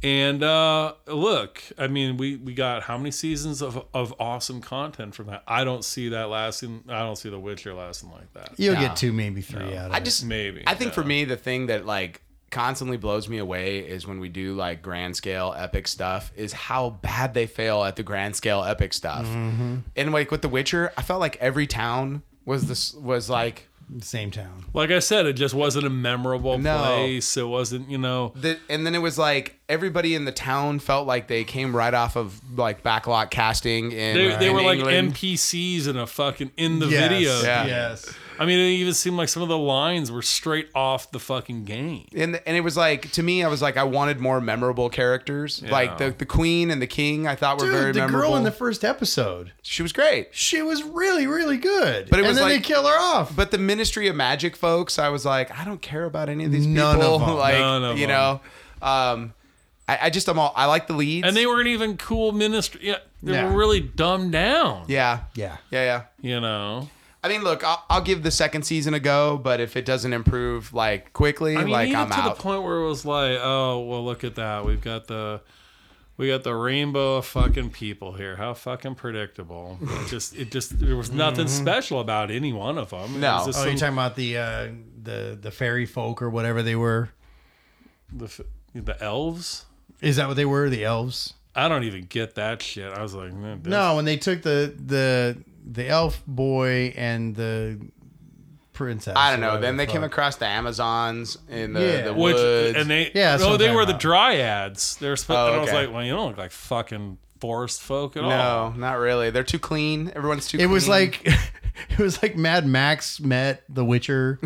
And uh, look, I mean, we, we got how many seasons of, of awesome content from that? I don't see that lasting. I don't see The Witcher lasting like that.
You'll get two, maybe three out of
I
it.
just
Maybe,
I think for
yeah.
me, the thing that like constantly blows me away is when we do like grand scale epic stuff. Is how bad they fail at the grand scale epic stuff.
Mm-hmm.
And like with The Witcher, I felt like every town was this was like
Same town.
Like I said, it just wasn't a memorable
No.
place. It wasn't, you know.
the, and then it was like everybody in the town felt like they came right off of like backlot casting in
They, they
in
were like
England.
NPCs in a fucking in the
Yes,
video.
Yeah.
Yes.
I mean, it even seemed like some of the lines were straight off the fucking game.
and and it was like to me, I was like I wanted more memorable characters, like the the queen and the king. I thought were
Dude,
very
the
memorable.
girl in the first episode,
she was great.
she was really, really good.
But it was
and then
like-
they kill her off.
But the Ministry of Magic folks, I was like, I don't care about any of these
None
people.
of them.
Like,
None of
you
them.
know, um, I, I just I'm all I like the leads.
And they weren't even cool ministry. Yeah, they
Nah.
were really dumbed down.
yeah,
yeah.
yeah, yeah.
You know.
I mean, look, I'll, I'll give the second season a go, but if it doesn't improve like quickly,
I mean,
like
even
I'm
to
out.
the point where it was like, oh, well, look at that. We've got the we got the rainbow of fucking people here. How fucking predictable. It just it just there was nothing special about any one of them.
No.
It was just
Mm-hmm. Oh,
some-
you're talking about the uh, the the fairy folk or whatever they were.
the, f- the elves.
Is that what they were? The elves?
I don't even get that shit. I was like, eh, this-
No, when they took the the the elf boy and the princess.
I don't
or
know.
whatever
Then they
the
came
fuck.
across the Amazons in the,
Yeah.
the
Which
woods.
and they
Yeah, that's
no,
what
they
I'm
were the
talking
dryads. They're supposed.
Oh,
and I was
okay.
like, well, you don't look like fucking forest folk at all.
no, not really. They're too clean. Everyone's too.
It was
clean.
like it was like Mad Max met The Witcher,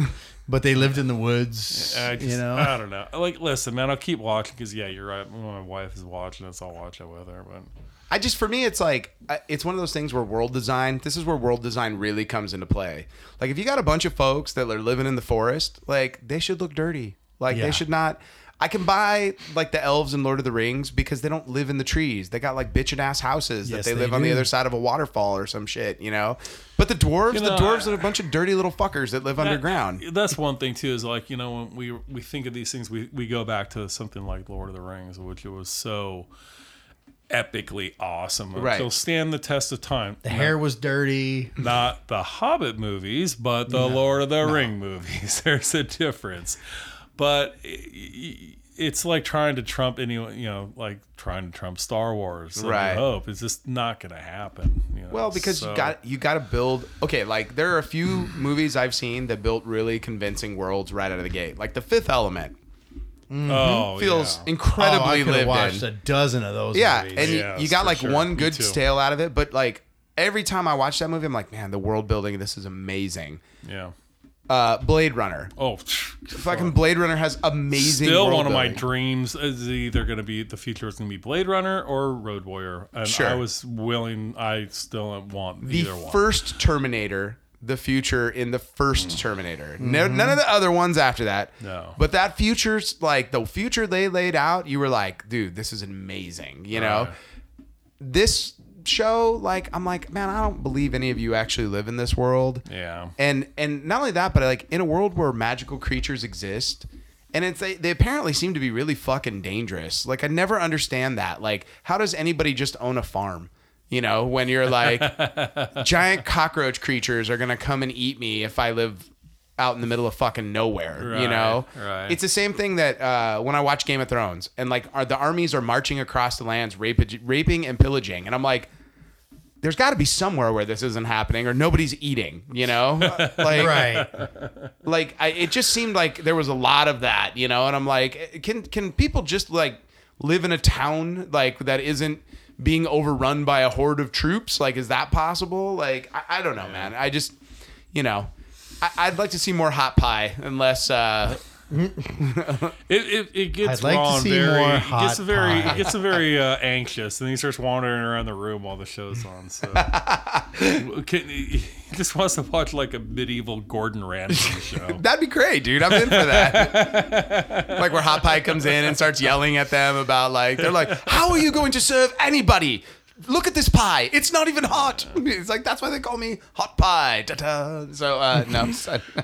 but they lived in the woods.
I just,
you know,
I don't know. Like, listen, man, I'll keep watching because yeah, you're right. My wife is watching this. I'll watch it with her, but
I just for me, it's like I- it's one of those things where world design. This is where world design really comes into play. Like if you got a bunch of folks that are living in the forest, like they should look dirty. Like
Yeah.
they should not. I can buy like the elves in Lord of the Rings because they don't live in the trees. They got like bitchin' ass houses
Yes,
that they,
they
live on the
do.
other side of a waterfall or some shit, you know. But the dwarves,
You know,
the dwarves
I-
are a bunch of dirty little fuckers that live underground.
That- that's one thing too. Is like you know when we we think of these things, we we go back to something like Lord of the Rings, which it was so epically awesome.
Right.
It'll stand the test of time.
the hair was dirty.
Not the Hobbit movies, but the Lord of the Ring movies. There's a difference, but. i- i- It's like trying to trump any, you know, like trying to trump Star Wars. A New
Right.
Hope it's just not going to happen. you know,
Well, because
so-
you got you got to build. Okay, like there are a few movies I've seen that built really convincing worlds right out of the gate, like The Fifth Element.
oh
Mm-hmm. feels
yeah.
Oh, I
incredibly
could have
lived
watched
in.
a dozen of those.
yeah,
movies.
and you-
Yeah,
you, got
for
like
sure. Me
one good
too.
tale out of it, but like every time I watch that movie, I'm like, man, the world building, this is amazing.
yeah.
Uh, Blade Runner,
Oh,
fucking Blade Runner has amazing.
still
world
one of my
building.
dreams is either going to be the future is going to be Blade Runner or Road Warrior, and
Sure.
I was willing. I still want
The
either one.
first Terminator, the future in the first Terminator. No, none of the other ones after that.
Mm. Mm-hmm. No.
but that future's like the future they laid out. You were like, dude, this is amazing. You know.
Right.
this show like i'm like man i don't believe any of you actually live in this world
Yeah.
and and not only that but like in a world where magical creatures exist and it's they, they apparently seem to be really fucking dangerous like i never understand that like how does anybody just own a farm you know when you're like giant cockroach creatures are gonna come and eat me if i live out in the middle of fucking nowhere you
Right,
know
right.
it's the same thing that uh, when i watch game of thrones and like are the armies are marching across the lands rapid, raping and pillaging and i'm like there's got to be somewhere where this isn't happening or nobody's eating you know like
right.
like I, it just seemed like there was a lot of that you know and i'm like eh, can can people just like live in a town like that isn't being overrun by a horde of troops like is that possible like i, I don't know man i just you know I, i'd like to see more hot pie unless uh
It it, it gets
I'd like to
raw and
see
very
more
it
hot
gets very
pie.
it gets very uh, anxious, and he starts wandering around the room while the show's on. So Can- he just wants to watch like a medieval Gordon Ramsay show.
That'd be great, dude. I'm in for that. like where Hot Pie comes in and starts yelling at them about like they're like, "How are you going to serve anybody? Look at this pie. It's not even hot." It's like that's why they call me Hot Pie. Da-da. So uh, no. I'm sorry. All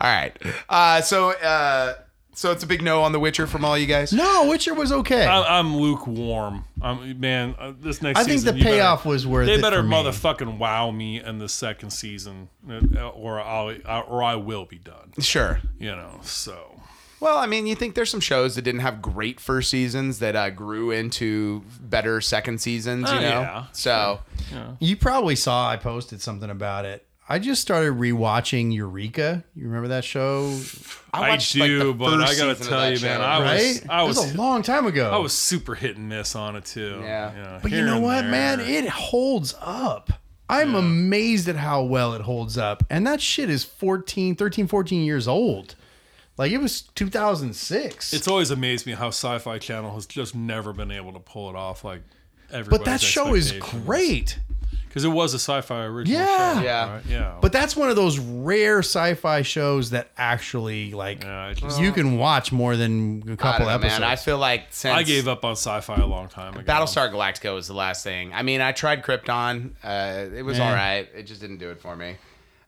right. Uh, so uh, so it's a big no on The Witcher from all you guys.
No, Witcher was okay.
I, I'm lukewarm. I'm man. Uh, this next
I think
season,
the
you better-
payoff was worth
They
it
better
for me.
motherfucking wow me in the second season, uh, or I'll or I will be done.
Sure.
You know. So
Well, I mean, you think there's some shows that didn't have great first seasons that uh, grew into better second seasons, you
Oh,
know?
yeah.
So,
You probably saw I posted something about it. I just started rewatching Eureka. You remember that show?
I,
watched, like,
do,
the
but
first
I gotta
season of
tell
that
you,
show,
man, I
Right?
was I
it was a long time ago.
I was super hit and miss on it too.
Yeah.
but you
here
know
and
what,
there.
man? It holds up. I'm amazed at how well it holds up. And that shit is 14, 13, 14 years old. Like it was 2006.
it's always amazed me how Sci-Fi Channel has just never been able to pull it off. Like,
but that show is great.
because it was a sci-fi original.
Yeah.
show,
Yeah.
right? yeah.
But that's one of those rare sci-fi shows that actually like
Yeah, I, just,
you can watch more than a
I
couple
don't know,
episodes.
man. I feel like since
I gave up on sci-fi a long time ago.
Battlestar Galactica was the last thing. I mean, I tried Krypton. Uh, it was
Yeah.
all right. It just didn't do it for me.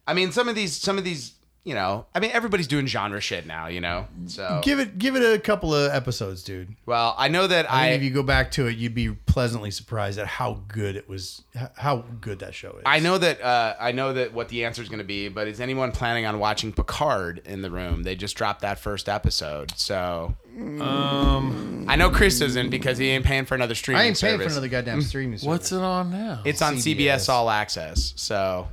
I mean, some of these, some of these, you know. I mean, everybody's doing genre shit now, you know. So,
Give it give it a couple of episodes, dude.
well, I know that
I
I,
think if you go back to it, you'd be pleasantly surprised at how good it was, h- how good that show is.
I know that, uh, I know that what the answer is going to be. But is anyone planning on watching Picard in the room? They just dropped that first episode, so. Um, I know Chris isn't because he ain't paying for another streaming.
I ain't paying for
service. Mm.
another goddamn streaming. service.
What's it on now?
It's on CBS.
CBS.
All Access, so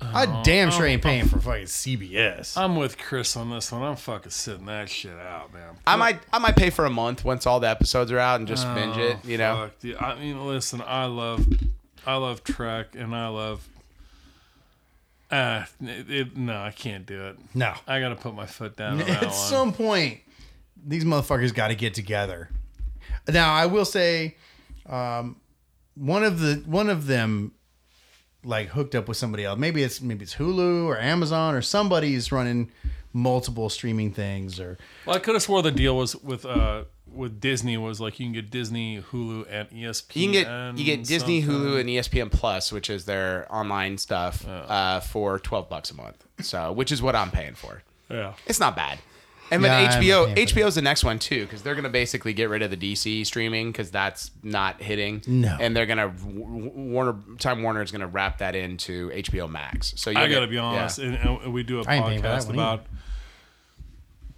I damn sure ain't paying for fucking CBS.
I'm with Chris on this one. I'm fucking sitting that shit out, man.
I might I might pay for a month once all the episodes are out and just binge it, you know.
Oh, Fuck, dude. I mean, listen, I love, I love Trek, and I love. Uh, it, it- no, I can't do it.
no,
I gotta put my foot down. On that
at
one.
some point, these motherfuckers got to get together. Now, I will say, um, one of the one of them, like hooked up with somebody else. Maybe it's maybe it's Hulu or Amazon or somebody's running multiple streaming things or
Well, I could have swore the deal was with uh with Disney was like you can get Disney, Hulu, and E ESPN.
You can get you get Disney,
something. Oh.
Hulu, and E ESPN Plus, which is their online stuff, uh, for twelve bucks a month. So, which is what I'm paying for.
Yeah.
It's not bad. And
Yeah, I'm
then HBO
paying for that.
HBO's the next one too, because they're gonna basically get rid of the DC streaming because that's not hitting.
No.
and they're gonna Warner Time Warner is gonna wrap that into HBO Max. So
I
you'll
gotta
get-
be honest,
yeah.
and, and we do a
I ain't paying for that
podcast
one
about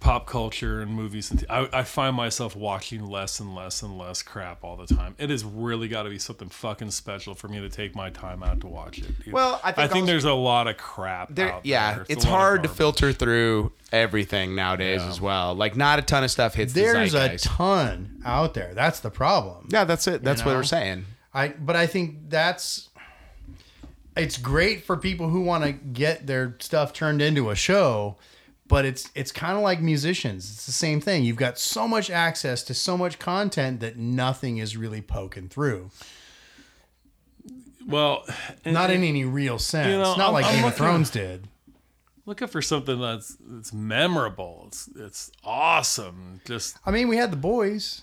pop culture and movies. And th- I, I find myself watching less and less and less crap all the time. It has really got to be something fucking special for me to take my time out to watch it. dude.
Well, I think also-
there's a lot of crap.
There-
out
yeah,
there.
it's
a lot of
hard to
garbage.
filter through everything nowadays as well. Like, not a ton of stuff hits.
there's
the
a
zeitgeist.
ton out there. That's the problem.
Yeah, that's it. That's what
know?
we're saying.
I but I think that's it's great for people who want to get their stuff turned into a show, but it's it's kind of like musicians. It's the same thing. You've got so much access to so much content that nothing is really poking through.
Well,
Not in any real sense.
You know,
Not
I'm-
like
I'm
Game of
looking-
Thrones did.
looking for something that's that's memorable. It's it's awesome. Just
I mean, we had the boys.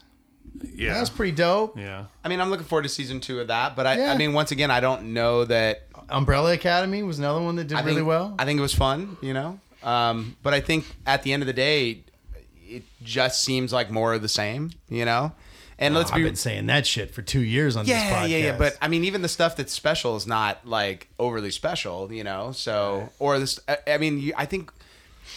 yeah,
That was pretty dope.
yeah.
I mean, I'm looking forward to season two of that, but I,
Yeah.
I mean, once again, I don't know that.
Umbrella Academy was another one that did
I
really
think,
well.
I think it was fun, you know. Um, but I think at the end of the day, it just seems like more of the same, you know. And let's
I've
be
been saying that shit for two years on this
yeah,
podcast.
yeah, yeah. But I mean, even the stuff that's special is not like overly special, you know. So, or this, I, I mean, you, I think,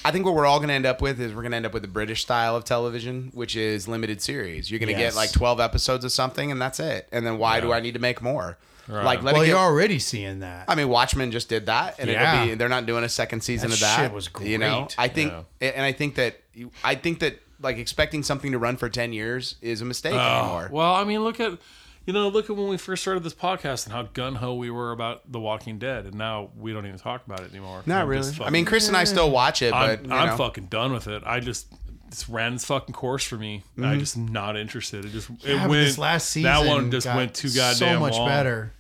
I think what we're all going to end up with is we're going to end up with the British style of television, which is limited series. You're going to
Yes.
get like twelve episodes of something, and that's it. And then why do I need to make more? Like, let
well,
me.
you're already seeing that.
I mean, Watchmen just did that, and
Yeah.
it'll be they're not doing a second season
That
of that.
shit was
You know,
great.
I think, and I think that you- I think that like expecting something to run for ten years is a mistake
Oh,
anymore.
Oh, Well, I mean, look at you know, look at when we first started this podcast and how gun ho we were about The Walking Dead, and now we don't even talk about it anymore.
Not
I'm
really.
just
I mean,
fucking-
Chris and I still watch it, but
I'm,
you
I'm
know.
fucking done with it. I just this ran this fucking course for me. and I just am not interested. It just
Mm-hmm. Yeah,
it
but
went
this last season
That one just
got
went too goddamn
so much
long.
better.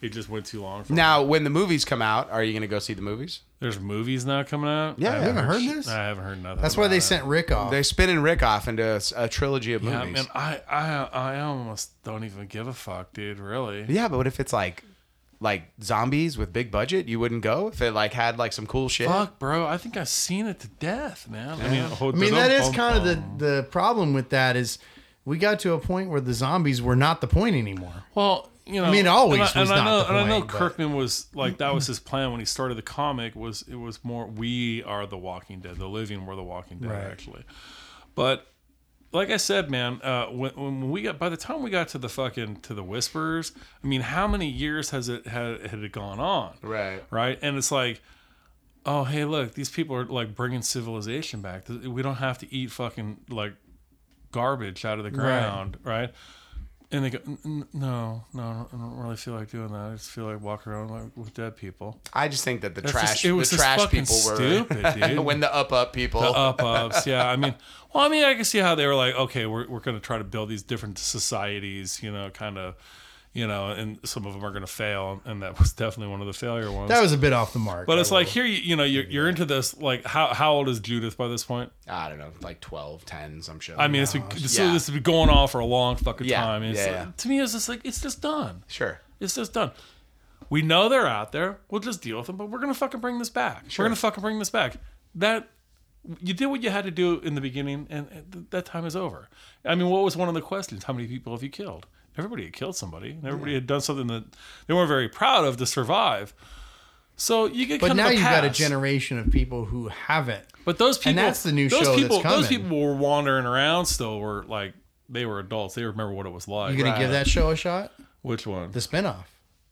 It just went too long. For me.
Now, when the movies come out, are you going to go see the movies?
There's movies now coming out.
Yeah,
I
I
You
haven't
haven't heard
sh-
this?
I haven't heard nothing.
That's why
about
they
it.
sent Rick off.
They're spinning Rick off into a, s- a trilogy of
Oh. Yeah,
movies.
man, I, I I almost don't even give a fuck, dude. Really.
Yeah, but what if it's like like zombies with big budget? You wouldn't go if it like had like some cool shit.
Fuck, bro. I think I've seen it to death, man. I mean,
I mean, that is kind of the, the problem with that is we got to a point where the zombies were not the point anymore.
Well, you know,
mean, always
And I,
was
and I
not
know,
the
and I know
point, but-
Kirkman was like that was his plan when he started the comic. Was it was more we are the Walking Dead, the living were the Walking Dead,
Right.
actually. But like I said, man, uh, when, when we got by the time we got to the fucking to the Whisperers, I mean, how many years has it had had it gone on?
Right.
right? And it's like, oh hey, look, these people are like bringing civilization back. Th- We don't have to eat fucking like garbage out of the ground, right? And they go, "N- n- no, no, I don't- I don't really feel like doing that. I just feel like walking around like, with dead people.
I just think that the
That's
trash
just- it was
the
just
trash
fucking
people were
stupid, dude.
when the up up people.
Up ups, yeah. I mean, well, I mean, I can see how they were like, okay, we're we're gonna try to build these different societies, you know, kind of. You know, and some of them are going to fail, and that was definitely one of the failure ones.
That was a bit off the mark.
But it's like here, you, you know, you're, you're into this. Like, how how old is Judith by this point?
I don't know, like 12, 10, some shit.
I mean,
Oh
it's been so
Yeah.
this has been going on for a long fucking
Yeah,
time. And it's
yeah,
like-
yeah.
To me, it's just like it's just done.
sure.
It's just done. We know they're out there. We'll just deal with them. But we're gonna fucking bring this back. We're gonna fucking bring this back. That you did what you had to do in the beginning, and and th- that time is over. I mean, what was one of the questions? How many people have you killed? Everybody had killed somebody, and everybody had done something that they weren't very proud of to survive. So you get
but
kind
now
of a
you've got a
pass.
generation of people who haven't.
But those people,
And that's the new
those
show that's
people, Those
coming.
people were wandering around still. Were like they were adults. They remember what it was like.
You gonna
Right.
give that show a shot?
Which one?
The spinoff.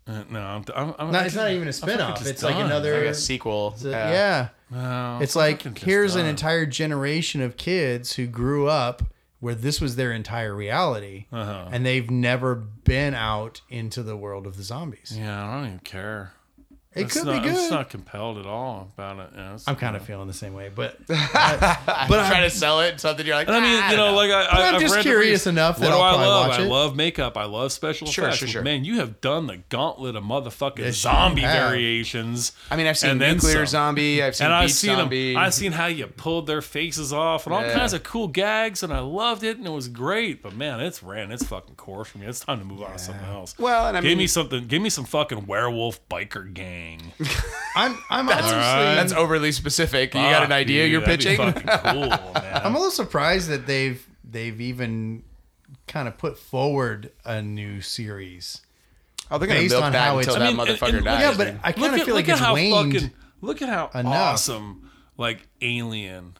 Uh, no, I'm, I'm, I'm
No,
I
it's
just-
not even a
I fucking
spinoff.
just
It's like
done.
another.
Like a sequel. uh,
yeah.
No,
It's
I'm
like
fucking just
here's an
done.
entire generation of kids who grew up where this was their entire reality,
Uh-huh.
and they've never been out into the world of the zombies.
Yeah, I don't even care.
it
It's
could
not,
be
I'm just
good.
not compelled at all about it. Yeah, it's-
I'm kind of feeling the same way, but
But I'm trying to sell it something you're like, "Ah,
And I mean, you know, like I, I,
I'm
I've
just
read the
curious
reason.
enough that
what do
I'll
I
probably
love?
watch
I
it.
love makeup. I love special
Sure,
effects.
sure, sure.
Man, you have done the gauntlet of motherfucking
Yes, you
zombie
have.
variations.
I mean, I've seen
and then
nuclear
some.
zombie, I've seen
and I've
beach
seen
zombie.
them. I've seen how you pulled their faces off and all
Yeah.
kinds of cool gags, and I loved it, and it was great. But man, it's ran its fucking course for me. It's time to move on to something else.
Well, and I
give
mean-
me something. Give me some fucking werewolf biker gang. You
I'm I'm honestly
That's overly specific. You
Ah,
got an idea you're pitching?
fucking cool, man.
I'm a little surprised that they've they've even kind of put forward a new series.
Oh, they're gonna
Based
milk
on
that
how
until
it's-
that
I mean, and-
motherfucker
and-
dies.
Yeah, but I kind
Look
of
at-
feel like
look at
it's
how
waned.
fucking- look at how
enough.
awesome, like Alien,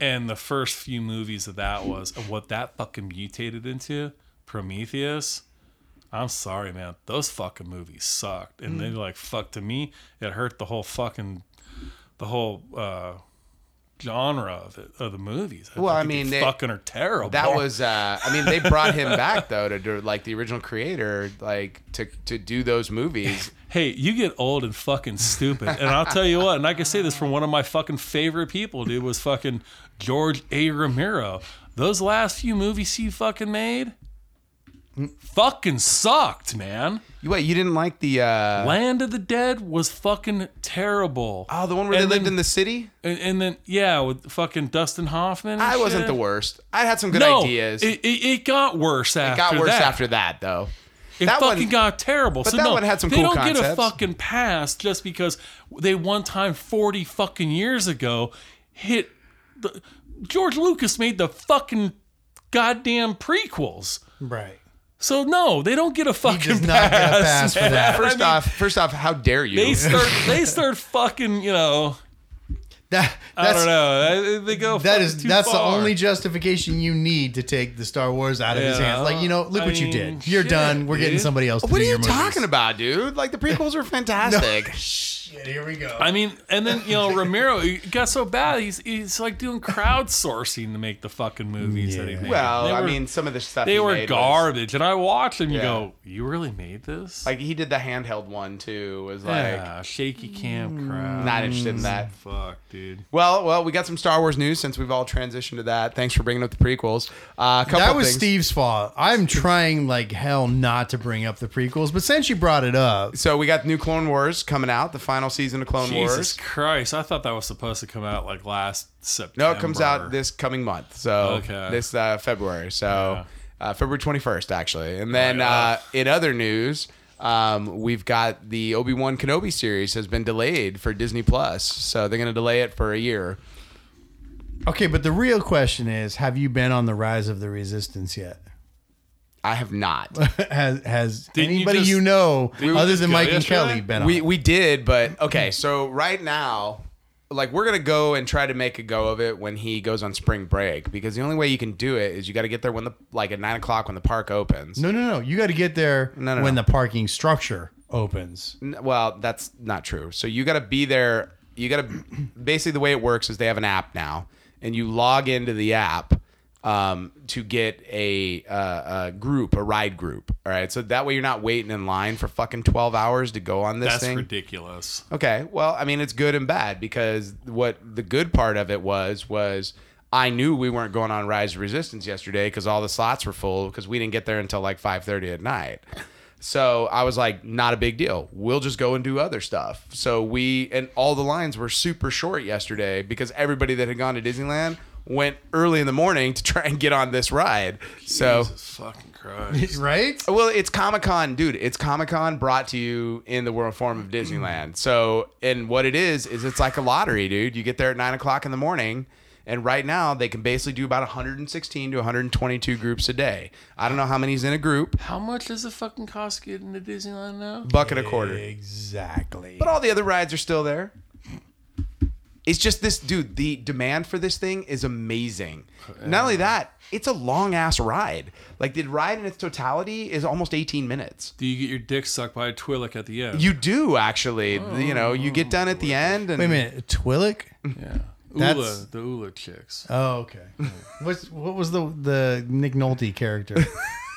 and the first few movies of that was of what that fucking mutated into Prometheus. I'm sorry, man. Those fucking movies sucked, and they like fuck to me. It hurt the whole fucking, the whole uh genre of it, of the movies.
Well, I
think
mean,
they
they-
fucking are terrible.
that was uh i mean they brought him back though to do like the original creator like to to do those movies
Hey, you get old and fucking stupid. And I'll tell you what, and I can say this from one of my fucking favorite people, dude, was fucking George A. Romero. Those last few movies he fucking made fucking sucked, man.
You- wait you didn't like the uh
Land of the Dead was fucking terrible.
oh the one where they
And
lived
then-
in the city
And, and then, yeah, with fucking Dustin Hoffman. and
i wasn't
shit.
the worst i had some good
No,
ideas
It, it, it got worse after
got worse
that.
after that though
It
that
fucking
one
got terrible. But so
that
no,
one had some
they
cool
don't get a
concepts.
fucking pass just because they one time forty fucking years ago hit the George Lucas made the fucking goddamn prequels.
Right.
So no, they don't get a fucking
Does not get a
pass.
pass for that.
first off first off how dare you
They start they start fucking, you know,
That
I
that's
don't know. I- They go
that
fucking
is
too
that's
far.
the only justification you need to take the Star Wars out of his
Yeah.
hands. Like you know, look
I
what you
mean,
did. You're
shit,
done. We're getting
dude.
somebody else. To
what are
do
you
your movies.
talking about dude like the prequels were fantastic
shit, here we go.
I mean, and then you know Romero it got so bad he's he's like doing crowdsourcing to make the fucking movies that he made.
Well,
They
I
were-
mean, some of the stuff
they
he
were
made was-
garbage, and I watched them. You
Yeah.
go, you really made this?
like he did the handheld one too. Was like mm,
yeah, Mm. shaky cam crowd.
not interested in that.
Fuck, dude.
Well, well, we got some Star Wars news since we've all transitioned to that. Thanks for bringing up the prequels. Uh, a couple
that was
things.
Steve's fault. I'm trying like hell not to bring up the prequels, but since you brought it up,
So we got the new Clone Wars coming out, the final season of Clone
Jesus
Wars.
Christ! I thought that was supposed to come out like last September.
No, it comes out this coming month. So
Okay.
this uh, February. So uh, February 21st, actually. And then
Right, uh.
uh, in other news, um, we've got the Obi Wan Kenobi series has been delayed for Disney Plus. So they're going to delay it for a year.
okay. But the real question is, have you been on the Rise of the Resistance yet?
I have not.
has has
Didn't you
anybody you,
just-
know
didn't you
other
just
than
go
Mike and
yesterday?
Kelly been on?
we we did, but okay. So right now, like we're gonna go and try to make a go of it when he goes on spring break because the only way you can do it is you got to get there when the like at nine o'clock when the park opens.
no, no, no. You got to get there
No, no,
when
no.
the parking structure opens.
N- Well, that's not true. So you got to be there. You got to basically the way it works is they have an app now, and you log into the app um, to get a, uh, a group, a ride group. All right, so that way you're not waiting in line for fucking twelve hours to go on this
That's
thing.
ridiculous.
Okay. Well, I mean, it's good and bad because what the good part of it was was I knew we weren't going on Rise of Resistance yesterday because all the slots were full because we didn't get there until like five thirty at night. So I was like, not a big deal. We'll just go and do other stuff. So we and all the lines were super short yesterday because everybody that had gone to Disneyland went early in the morning to try and get on this ride. So
Jesus fucking Christ.
Right?
well, it's Comic Con, dude. It's Comic Con brought to you in the world form of Disneyland. So, and what it is is it's like a lottery, dude. You get there at nine o'clock in the morning, and right now they can basically do about 116 to 122 groups a day. I don't know how many's in a group,
How much does it fucking cost to get into Disneyland now?
bucket a quarter,
Exactly.
but all the other rides are still there. It's just this, dude. The demand for this thing is amazing. Not only that, it's a long ass ride. Like the ride in its totality is almost 18 minutes.
Do you get your dick sucked by a Twi'lek at the end?
You do actually. You know, you get done at the end, and
Oh. Wait a minute, Twillick?
yeah.
That's-
Ula, the Ula chicks.
Oh, okay. What's what was the the Nick Nolte character?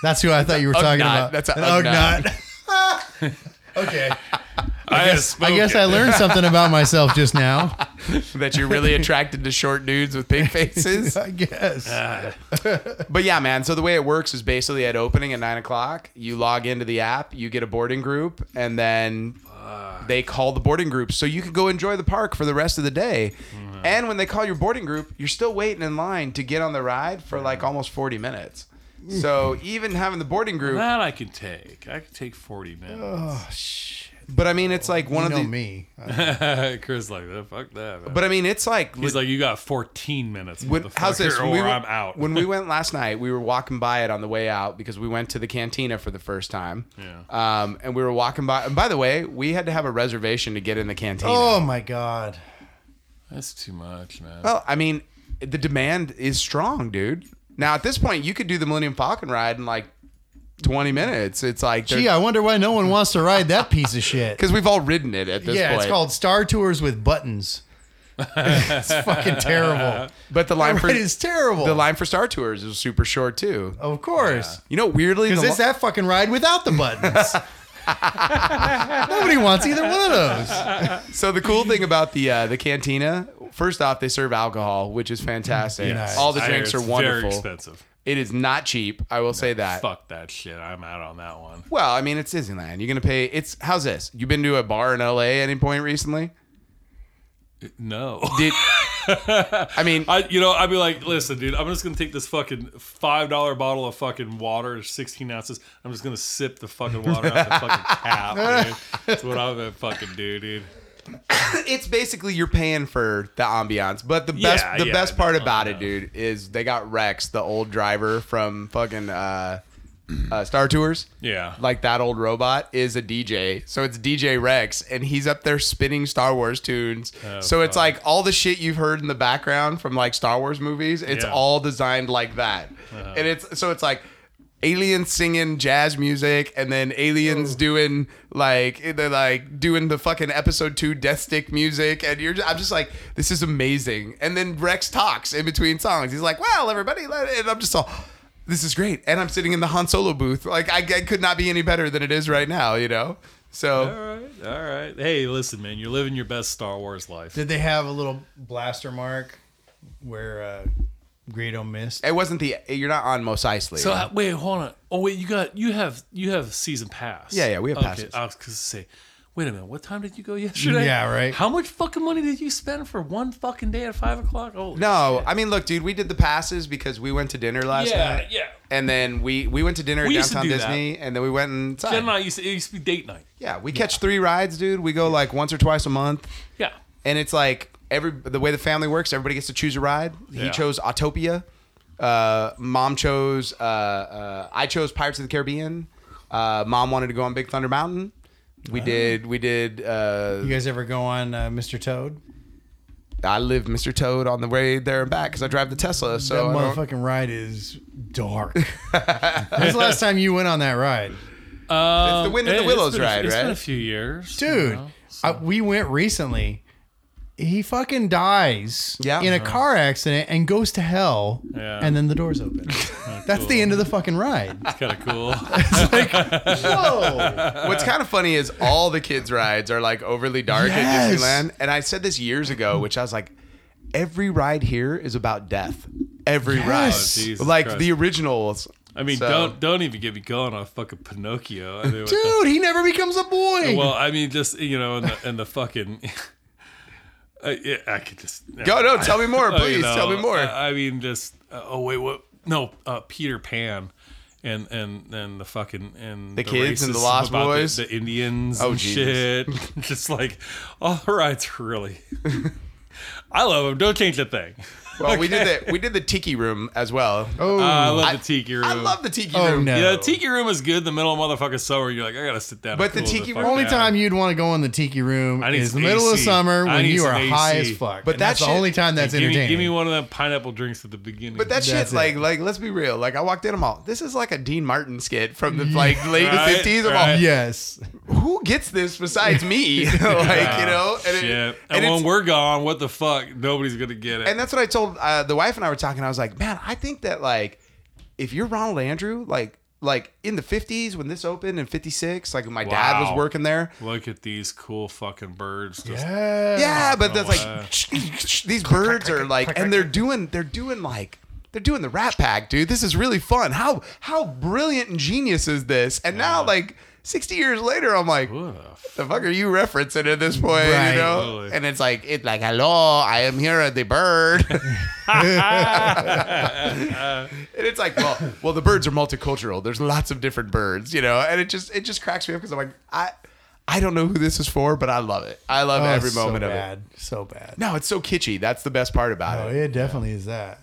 That's who I thought you were talking
Ugnaught.
about.
That's a
An
Ugnaught.
Ugnaught. okay.
I,
I guess I learned something about myself just now.
that you're really attracted to short dudes with big faces.
I guess.
But yeah, man. So the way it works is basically at opening at nine o'clock, you log into the app, you get a boarding group, and then they call the boarding group, so you can go enjoy the park for the rest of the day. And when they call your boarding group, you're still waiting in line to get on the ride for like almost forty minutes. So even having the boarding group,
That I can take. I can take 40 minutes.
but I mean, it's like one
you
of
know
the.
me.
Chris like, "Oh, fuck that. man."
But I mean, it's like
He's like, you got 14 minutes,
When, how's this?
motherfucker,
When
or
we went-
I'm out.
when we went last night, we were walking by it on the way out because we went to the cantina for the first time.
Yeah.
Um, and we were walking by. And by the way, we had to have a reservation to get in the cantina.
Oh my god.
That's too much, man.
Well, I mean, the demand is strong, dude. Now at this point, you could do the Millennium Falcon ride in like 20 minutes. It's like
Gee, I wonder why no one wants to ride that piece of shit.
because we've all ridden it at this
Yeah,
point.
it's called Star Tours with Buttons. it's fucking terrible.
but the line
That
for
ride is terrible.
the line for Star Tours is super short too.
of course.
You know, weirdly,
Because
the
it's
li-
that fucking ride without the buttons. Nobody wants either one of those.
So the cool thing about the uh, the cantina, first off, they serve alcohol, which is fantastic.
Nice.
All the
I hear
drinks are
it's Very
wonderful.
expensive.
It is not cheap. I will say that.
Fuck that shit. I'm out on that one.
Well, I mean, it's Disneyland. You're gonna pay. It's how's this? You been to a bar in LA at any point recently?
No.
Did I mean?
I, you know, I'd be like, listen, dude, I'm just gonna take this fucking five dollar bottle of fucking water, sixteen ounces. I'm just gonna sip the fucking water out the fucking cap. Dude. That's what I'm gonna fucking do, dude.
it's basically you're paying for the ambiance. But the best
Yeah,
the
yeah,
best part
no,
about
no.
it, dude, is they got Rex, the old driver from fucking uh, uh, Star Tours.
Yeah.
Like that old robot is a DJ. So it's DJ Rex and he's up there spinning Star Wars tunes. so it's
Oh, fuck.
like all the shit you've heard in the background from like Star Wars movies, it's
Yeah. Uh-huh.
all designed like that. And it's so it's like aliens singing jazz music and then aliens
Oh.
doing like they're like doing the fucking episode 2 death stick music and you're just, I'm just like this is amazing and then Rex talks in between songs he's like well everybody let it-" and I'm just all this is great and I'm sitting in the Han Solo booth like I, I could not be any better than it is right now you know so
All right, all right. Hey, listen, man, you're living your best Star Wars life.
Did they have a little blaster mark where uh, Greedo missed?
it wasn't the you're not on Mos Eisley
So uh, wait, hold on. Oh wait, you got you have you have season pass.
Yeah, yeah, we have
okay,
passes.
I was gonna say, wait a minute, what time did you go yesterday?
Yeah, right.
How much fucking money did you spend for one fucking day at five o'clock? Oh
no I mean look dude we did the passes because we went to dinner last
yeah,
night
yeah.
and then we we went to dinner at
We used to
downtown
do that.
Disney and then we went inside
Jen and I used to, it used to be date night.
Yeah, we catch three rides, dude. We go like once or twice a month,
Yeah,
and it's like every the way the family works. Everybody gets to choose a ride. He
Yeah.
chose Autopia. Uh, mom chose. Uh, uh, I chose Pirates of the Caribbean. Uh, mom wanted to go on Big Thunder Mountain. We did. We did. Uh,
You guys ever go on uh, Mr. Toad?
I live Mr. Toad on the way there and back because I drive the Tesla.
That
So I don't-
motherfucking ride is dark. When's the last time you went on that ride,
um,
the Wind in the
it- it's
Willows
been a-
ride,
It's been a
right?
few years,
dude?
you know,
I, we went recently. He fucking dies
Yeah.
in a car accident and goes to hell,
Uh-huh. Yeah.
and then the doors open. That's the end of the fucking ride.
It's kind of cool.
Whoa!
What's
Uh-huh.
kind of funny is all the kids' rides are like overly dark at
Yes.
Disneyland. And I said this years ago, which I was like, every ride here is about death. Every
Yes.
Oh,
ride.
Jesus
like
Christ.
the originals.
I mean,
So-
don't don't even get me going on fucking Pinocchio. I mean, what the-
Dude, he never becomes a boy.
Well, I mean, just you know, and the, and the fucking. I, yeah, I could just
Go, no, tell me more,
Oh, you
please.
know,
tell me more.
I, I mean, just uh, oh wait, what? No, uh, Peter Pan, and and and the fucking and
The kids and the
racism
Lost
about the-
Boys?
the, Indians.
Oh,
and shit!
Jesus.
just like all the rides are really. I love them. Don't change a thing.
well, we did the we did the tiki room as well.
oh,
I love
I-
the tiki room.
I love the tiki
Oh,
room.
no.
Yeah, the tiki room is good. The middle of motherfucking summer, you're like, I gotta sit down. and
But the
cool
tiki
fuck
room-
only
down.
time you'd want to go in the tiki room
I need
is the
some
middle of
AC.
summer
I
when
need
you
some
are high
AC.
as fuck.
But
And
that
that's the
shit-
only time that's
Give me,
entertaining.
give me one of them pineapple drinks at the beginning.
But that
That's
shit,
it.
like, like, let's be real. Like, I walked in, I'm all, this is like a Dean Martin skit from the like late
Right,
50s. I'm
right.
yes.
all, who gets this besides me? like, you know? And, it-
Shit.
and
And,
it's-
when we're gone, what the fuck? Nobody's gonna get it.
and that's what I told uh, the wife and I were talking. I was like, man, I think that like if you're Ronald Andrew, like like in the fifties when this opened in fifty six, like my dad was
Wow.
working there.
Look at these cool fucking birds. Just,
Yeah.
Yeah, but that's
wow.
like these birds are like, and they're doing they're doing like. They're doing the Rat Pack, dude. This is really fun. How how brilliant and genius is this? And now, like sixty years later, I'm like,
What the f-
the fuck are you referencing at this point?
Right.
You know?
Totally.
And it's like it's like, hello, I am here at the bird. and it's like, well, well, the birds are multicultural. There's lots of different birds, you know. And it just it just cracks me up because I'm like, I I don't know who this is for, but I love it. I love
Oh,
every
it's
moment
so
of it.
bad. So bad.
No, it's so kitschy. That's the best part about
Oh,
it.
it definitely is that.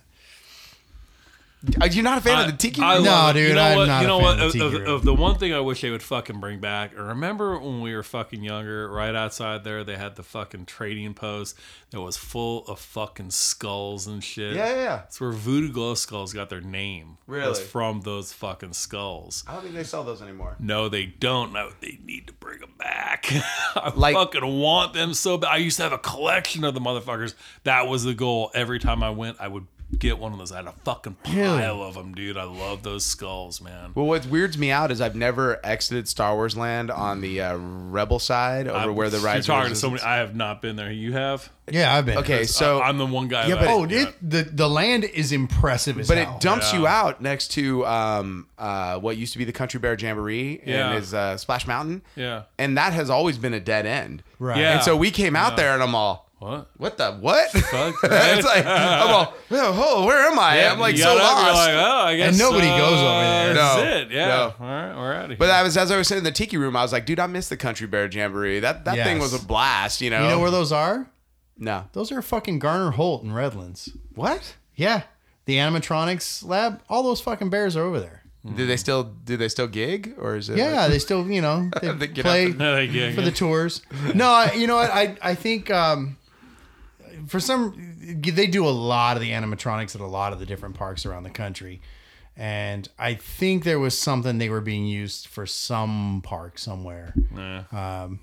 Are you not a fan of the tiki?
I
room?
No,
love it.
dude,
you know
I'm
what,
not
you
a
know
fan
what?
of the
Of,
tiki
of,
room.
of the one thing I wish they would fucking bring back. Or remember when we were fucking younger? Right outside there, they had the fucking trading post that was full of fucking skulls and shit.
Yeah, yeah, yeah.
It's where Voodoo Glow Skulls got their name. was
Really?
from those fucking skulls.
I don't think they sell those anymore.
No, they don't. No, they need to bring them back. I
Like-
fucking want them so bad. I used to have a collection of the motherfuckers. That was the goal. Every time I went, I would get one of those. I had a fucking pile of them, dude. I love those skulls, man.
Well, what weirds me out is I've never exited Star Wars Land on the uh, Rebel side over
I-
where the rise.
You're talking to somebody. I have not been there. You have.
Yeah, I've been.
Okay, so
I, am the one guy.
Yeah,
that-
but-
Oh, it, the the land is impressive as
but
hell.
it dumps
Yeah.
you out next to um, uh, what used to be the Country Bear Jamboree
Yeah.
and is uh, Splash Mountain.
Yeah.
and that has always been a dead end.
Right.
Yeah.
And so we came out there, and I'm all,
What?
what the what?
Fuck.
it's like I'm all, oh, oh, where am I? I'm like
You
so
got up, you're
lost.
like, oh, I guess,
And nobody
uh,
goes over there.
That's
No,
it. Yeah.
no.
All right, we're out of here.
but I was as I was sitting in the tiki room, I was like, dude, I miss the Country Bear Jamboree. That that thing
Yes.
was a blast. You know.
You know where those are?
No.
Those are fucking Garner Holt and Redlands.
What?
Yeah, the animatronics lab. All those fucking bears are over there.
Do they still do they still gig or is it?
Yeah,
like-
they still you know they,
They get
play
out
They get-
for the tours. No, I, you know what I I think um, for some they do a lot of the animatronics at a lot of the different parks around the country, And I think there was something they were being used for some park somewhere. Um,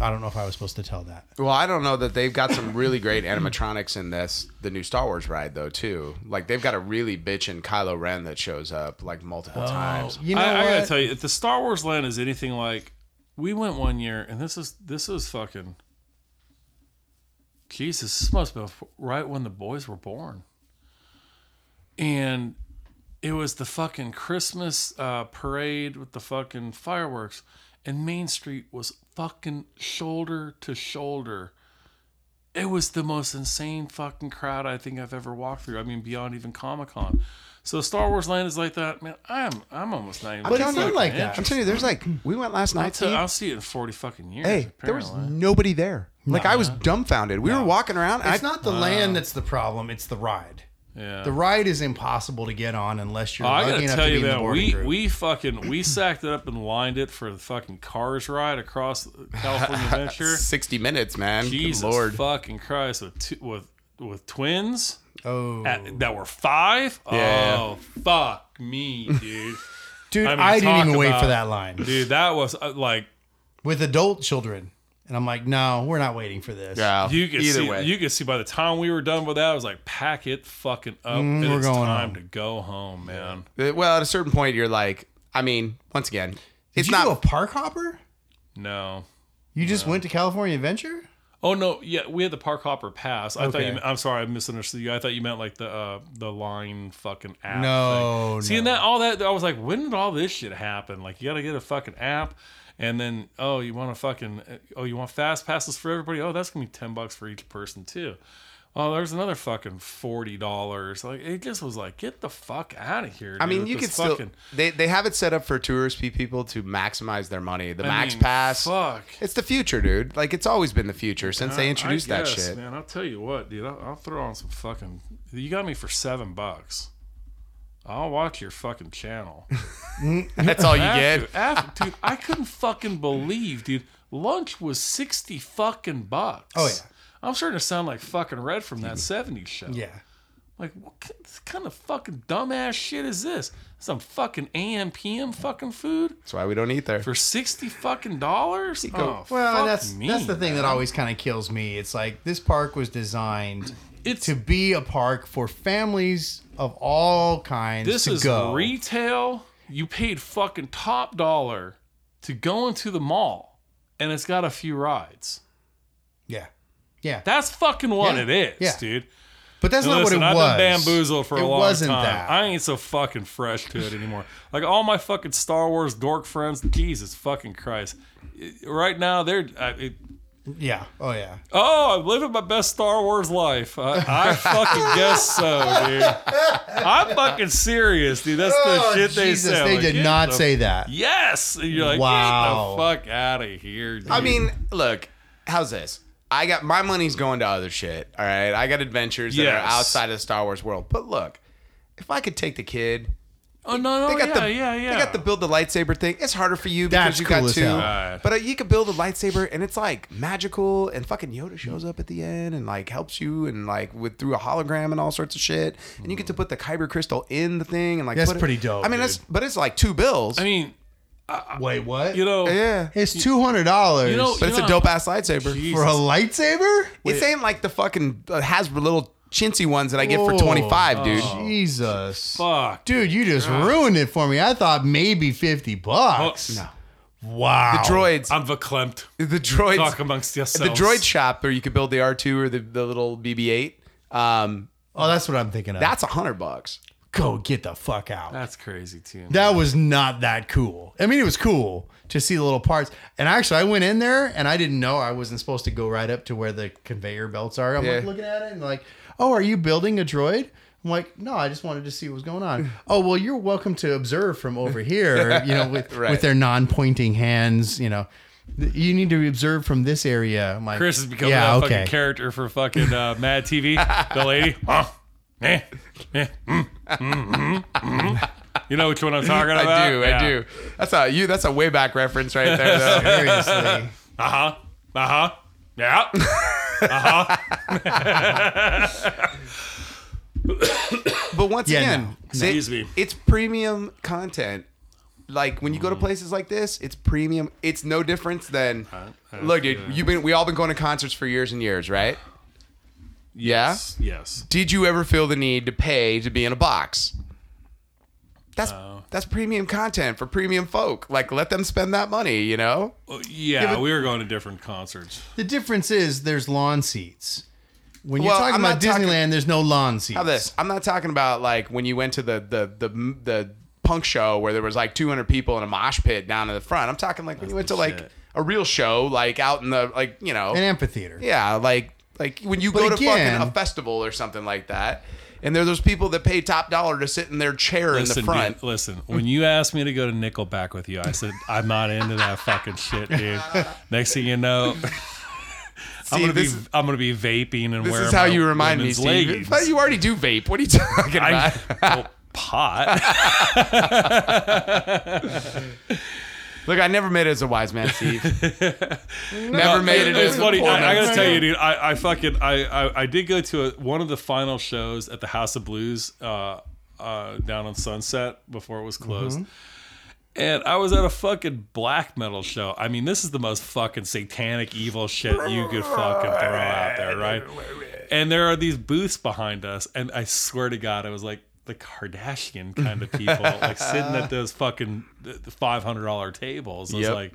I don't know if I was supposed to tell that.
Well, I don't know that they've got some really great animatronics in this the new Star Wars ride though too. Like they've got a really bitchin' Kylo Ren that shows up like multiple
Oh,
times.
You know
I, I gotta
what?
tell you, if the Star Wars land is anything like, we went one year, and this is this is fucking. Jesus, this must have been right when the boys were born, and it was the fucking Christmas uh, parade with the fucking fireworks, and Main Street was fucking shoulder to shoulder. It was the most insane fucking crowd I think I've ever walked through. I mean, beyond even Comic Con. So Star Wars Land is like that, man. I'm I'm almost not even.
But it's
telling you,
not like that.
I'm telling you, there's like we went last
I'll,
night.
tell,
Steve.
I'll see it in forty fucking years.
hey, there was
apparently.
nobody there. Like I was dumbfounded. We were walking around. I,
It's not the land that's the problem; it's the ride.
yeah. Oh,
The ride is impossible to get on unless you're
I
lucky
gotta
enough
tell
to
you,
be in the
man,
boarding
we
group.
we fucking we sacked it up and lined it for the fucking Cars ride across California Adventure.
60 minutes, man. Good
Jesus
Lord.
fucking Christ, with two, with with twins
oh,
at, that were five.
Yeah.
Oh fuck me, dude.
dude, I,
mean,
didn't
talk
even wait for
about-
that line
dude, that was uh, like
with adult children, and I'm like, no, we're not waiting for this.
Yeah.
you could
either
see
way.
you could see by the time we were done with that, I was like, pack it fucking up.
Mm,
and
we're
it's
going
time
home.
to go home, man.
Uh, well, at a certain point, you're like, I mean, once again,
Did
it's
you
not.
do a park hopper?
No.
You just went to California Adventure?
Oh no, yeah, we had the Park Hopper pass. I thought
Okay.
you. I'm sorry, I misunderstood you. I thought you meant like the uh, the line fucking app.
No,
thing. seeing that all that, I was like, when did all this shit happen? Like, you got to get a fucking app, and then oh, you want to fucking oh, you want fast passes for everybody? Oh, that's gonna be ten bucks for each person too. Oh, there's another fucking forty dollars. Like it just was like, get the fuck out of here.
I
dude,
mean,
with
you
this
could still.
fucking-
They, they have it set up for tourist pe- people to maximize their money. The
I
max
mean,
pass.
Fuck.
It's the future, dude. Like it's always been the future since they
Uh, I-
introduced
I
that
guess,
shit.
Man, I'll tell you what, dude. I'll, I'll throw on some fucking. You got me for seven bucks. I'll watch your fucking channel.
That's all you
After,
get.
after, dude, I couldn't fucking believe, dude. Lunch was sixty fucking bucks.
Oh, yeah.
I'm starting to sound like fucking Red from that '70s show.
Yeah.
Like, what ki- kind of fucking dumbass shit is this? Some fucking AM PM fucking food
That's why we don't eat there.
for sixty fucking dollars? Oh,
Well,
fuck
and that's
me,
that's the thing that
man.
always kind of kills me. It's like this park was designed
It's
to be a park for families of all kinds
This
to
is
go.
retail. You paid fucking top dollar to go into the mall, and it's got a few rides.
yeah. Yeah.
That's fucking what
Yeah.
it is,
Yeah.
dude.
but that's not
Listen,
what it
I've
was.
been bamboozled for
it
a long
wasn't
time.
That.
I ain't so fucking fresh to it anymore. like all my fucking Star Wars dork friends, Jesus fucking Christ! It- Right now they're. I, it,
yeah. Oh yeah.
Oh, I'm living my best Star Wars life. I, I fucking guess so, dude. I'm fucking serious, dude. That's the
Oh,
shit they
Jesus,
say. I'm
they
like,
did
get
not
the
say that.
Yes. And you're like,
Wow.
get the fuck out of here. Dude.
I mean, look, how's this? I got my money's going to other shit. All right, I got adventures that
Yes.
are outside of the Star Wars world. But look, if I could take the kid
oh no, no,
They got
yeah,
the
yeah, yeah.
They got the build the lightsaber thing. It's harder for you because
That's
you
cool
got
as
two.
hell.
Right.
But uh, you can build a lightsaber and it's like magical and fucking Yoda shows up at the end and like helps you and like with through a hologram and all sorts of shit. And you get to put the kyber crystal in the thing and like
That's
put it-
pretty dope,
I mean, that's but it's like two bills.
I mean,
Wait, what?
you know,
yeah.
it's two hundred dollars
You know-
But it's a dope ass lightsaber.
Jeez.
for a lightsaber.
It's ain't like the fucking uh, Hasbro little chintzy ones that I get for
Whoa.
twenty five, dude.
Oh. Jesus.
Oh. fuck,
Dude, you just ruined it for me. I thought maybe 50 bucks.
no.
Wow.
Droids,
I'm verklempt.
the droids,
Talk amongst
the
yourselves.
droid shop where you could build the R two or the, the little BB eight. Um,
Oh, that's what I'm thinking of.
That's a hundred bucks.
Go get the fuck out.
That's crazy too.
That was not that cool. I mean, it was cool to see the little parts. And actually, I went in there and I didn't know I wasn't supposed to go right up to where the conveyor belts are. I'm like
Yeah.
looking at it and like, oh, are you building a droid? I'm like, no, I just wanted to see what was going on. oh, well, you're welcome to observe from over here, you know, with,
Right.
with their non pointing hands, you know. You need to observe from this area. I'm like,
Chris is becoming
yeah,
that
okay.
fucking character for fucking uh, Mad TV. the lady. Huh? Eh, eh, mm, mm, mm, mm. You know which one I'm talking about?
I do,
Uh, Yeah.
I do. That's a you. That's a way back reference right there. Though.
Seriously.
Uh huh. Uh huh. Yeah. uh huh.
but But once
Yeah,
again,
no, no.
say-
Excuse me.
it's premium content. Like when you go to places like this, it's premium. It's no difference than
Uh,
look, dude. You've been we all been going to concerts for years and years, right? Yeah.
Yes. Yes.
Did you ever feel the need to pay to be in a box? That's that's premium content for premium folk. Like let them spend that money, you know.
Well, Uh, yeah, we were going to different concerts.
The difference is there's lawn seats. When you're
Well,
talking
I'm
about
not talking-
Disneyland, there's no lawn seats.
How this? I'm not talking about like when you went to the the the the punk show where there was like 200 people in a mosh pit down in the front. I'm talking like when you went to like
Shit.
a real show, like out in the like you know,
An amphitheater.
yeah, like like when you
But
go to
again-
fucking a festival or something like that, and there are those people that pay top dollar to sit in their chair
Listen,
in the front.
dude, listen. When you asked me to go to Nickelback with you, I said I'm not into that fucking shit, dude. Next thing you know, I'm gonna
this
be
is-
I'm gonna be vaping and
This
wearing.
is how
my
you remind me,
women's
Steve.
leggings.
But you already do vape. What are you talking
I,
about?
well, pot.
Look, I never made it as a wise man, Steve. never made it
It's
as a
funny.
poor
I, I
man.
gotta tell you, dude. I, I fucking I, I, I did go to a, one of the final shows at the House of Blues uh, uh, down on Sunset before it was closed.
Mm-hmm.
And I was at a fucking black metal show. I mean, this is the most fucking satanic evil shit you could fucking throw out there, right? And there are these booths behind us, and I swear to God, it was like the Kardashian kind of people, like sitting at those fucking five hundred dollar tables. I was
Yep.
like,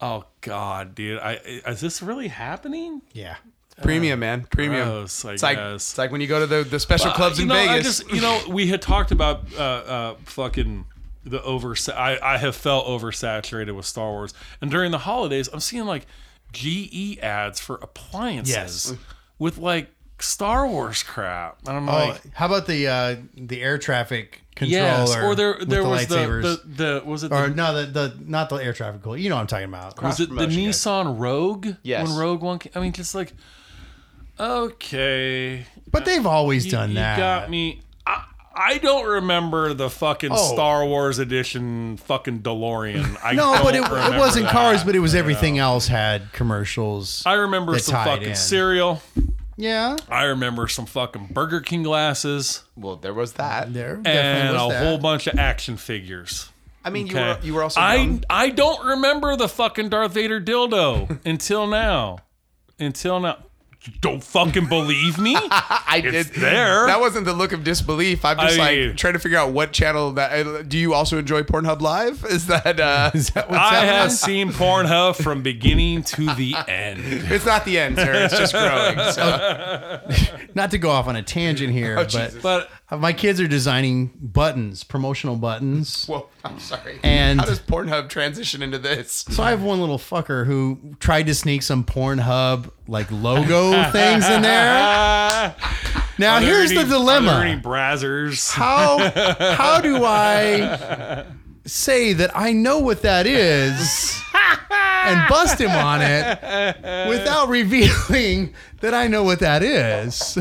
oh god, dude, I, is this really happening?
Yeah.
Premium, man. Premium.
Gross, I
it's like
guess.
it's like when you go to the, the special clubs
Uh,
in
you know,
Vegas.
I just, you know, we had talked about uh, uh, fucking the over. I, I have felt oversaturated with Star Wars, and during the holidays, I'm seeing like GE ads for appliances
Yes.
with like Star Wars crap, and I'm
Oh,
like.
how about the uh, the air traffic controller?
Yes, or there
with
there was the,
lightsabers?
the the was it the,
or no, the, the not the air traffic controller. You know what I'm talking about.
was it the
promotion, guys.
Nissan Rogue?
Yes.
when Rogue One, came, I mean, just like okay,
But they've always
You-
done
you
that.
got me. I, I don't remember the fucking
Oh.
Star Wars edition fucking DeLorean. I
No,
don't
but it, it
remember
wasn't
that.
cars, but it was everything else had commercials.
I remember
that
some
tied
fucking
in.
cereal.
Yeah,
I remember some fucking Burger King glasses
well, there was that.
there
and
definitely
a
was that.
whole bunch of action figures.
I mean, you
Okay.
were you were also
I
young.
I don't remember the fucking Darth Vader dildo until now. Until now. You Don't fucking believe me?
I did
there.
That wasn't the look of disbelief. I'm just
I-
like trying to figure out what channel that. uh, Do you also enjoy Pornhub Live? Is that uh? Is that what's
I
happening?
have seen Pornhub from beginning to the end.
It's not the end, sir. It's just growing. So
Not to go off on a tangent here,
Oh,
but
But
my kids are designing buttons, promotional buttons.
well, I'm sorry.
And-
how does Pornhub transition into this?
So I have one little fucker who tried to sneak some Pornhub like logo things in there.
uh,
Now
Are there
here's
any-
the
Are
dilemma.
there any brazzers?
how how do I say that I know what that is and bust him on it without revealing that I know what that is?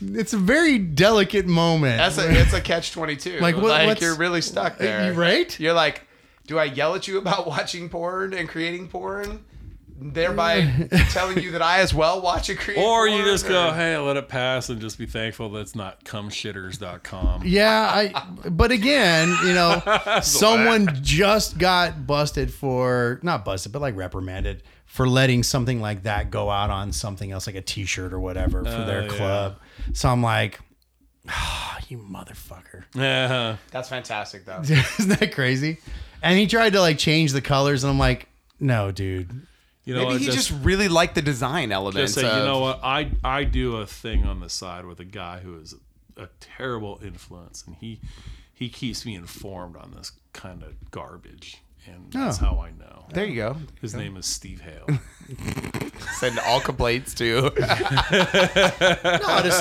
It's a very delicate moment.
That's a it's a catch twenty two.
Like,
Like,
what- what's-
you're really stuck there.
you right?
You're like, do I yell at you about watching porn and creating porn, thereby telling you that I as well watch and create?
Or
porn,
you just go,
or-
hey, let it pass and just be thankful that's not cumshitters.com.
yeah, I but again, you know, someone just got busted for not busted, but like reprimanded for letting something like that go out on something else like a t-shirt or whatever for their
Oh, yeah.
club. So I'm like, "Ah, you motherfucker.
Yeah.
That's fantastic, though.
Isn't that crazy? And he tried to like change the colors, and I'm like, no, dude.
You know,
Maybe
what,
he
just,
just really liked the design element.
just say,
of-
you know what? I, I do a thing on the side with a guy who is a terrible influence, and he he keeps me informed on this kind of garbage. And that's how I know.
There you go.
His name is Steve Hale.
Send all complaints to.
No, to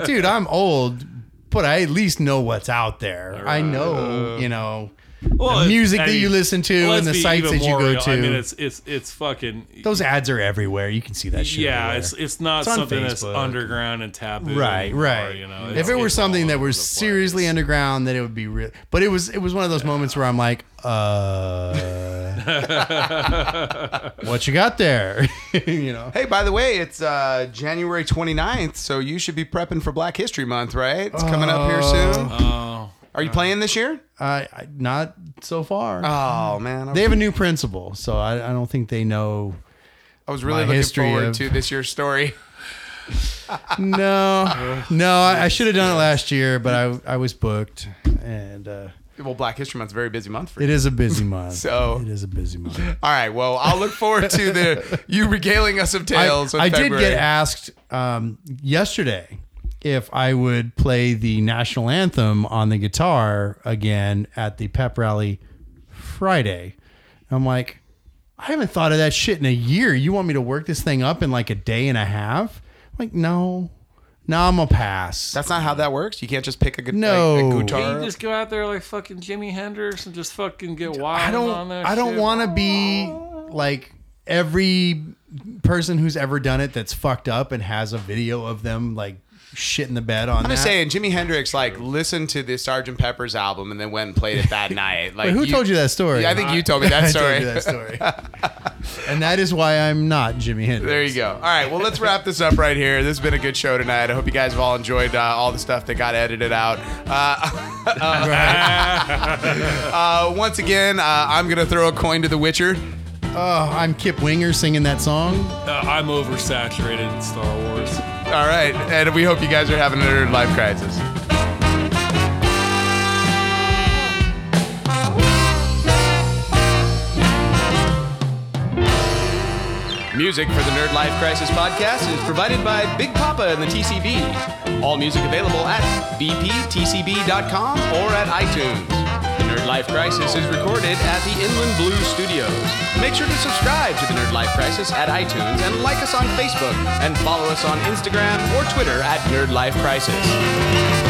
say, dude, I'm old, but I at least know what's out there. I know, you know,
Well,
the music
I
that
mean,
you listen to
let's
and the
be
sites
even
that you
more
go
real.
to.
I mean, it's it's it's fucking.
Those ads are everywhere. You can see that shit.
yeah,
everywhere.
it's it's not
on
something that's
Facebook.
underground and taboo.
right,
anymore,
right.
You know,
if
It's-
it were
it's all
something that
over
were
the place.
seriously underground, then it would be real. But it was it was one of those moments where I'm like, uh, what you got there? you know.
Hey, by the way, it's uh, January 29th, so you should be prepping for Black History Month, right? It's coming up here soon.
Oh.
Are you playing this year?
I, I not so far.
Uh,
Oh man, I
they
was,
have a new principal, so I, I don't think they know.
I was really
my
looking
history
forward
of-
to this year's story.
No, no, I, I should have done it last year, but I I was booked, and uh,
Well, Black History Month's a very busy month for you.
it is a busy month.
So-
it is a busy month.
All right, well, I'll look forward to the you regaling us of
I,
tales. of
I did
February.
get asked um, yesterday if I would play the national anthem on the guitar again at the pep rally Friday. I'm like, I haven't thought of that shit in a year. You want me to work this thing up in like a day and a half? I'm like, no, no, I'm gonna pass.
That's not how that works. You can't just pick a, gu-
No.
like, a
Can't
guitar.
you just go out there like fucking Jimi Hendrix and just fucking get wild
I
on
don't.
that
I don't
shit?
want to be like every person who's ever done it that's fucked up and has a video of them like shit in the bed on.
I'm just
that.
saying, Jimi Hendrix like listened to the Sgt. Pepper's album and then went and played it that night. Like,
Wait, who told you that story?
Yeah, I think you told me that
I
story.
told you that story. and that is why I'm not Jimmy Hendrix.
There you go. All right, well, let's wrap this up right here. This has been a good show tonight. I hope you guys have all enjoyed uh, all the stuff that got edited out. Uh, uh, once again, uh, I'm gonna throw a coin to The Witcher.
Oh, I'm Kip Winger singing that song.
Uh, I'm oversaturated in Star Wars.
All right, and we hope you guys are having a nerd life crisis. Music for the Nerd Life Crisis podcast is provided by Big Papa and the TCB. All music available at bptcb.com or at iTunes. The Nerd Life Crisis is recorded at the Inland Blue Studios. Make sure to subscribe to the Nerd Life Crisis at iTunes and like us on Facebook and follow us on Instagram or Twitter at Nerd Life Crisis.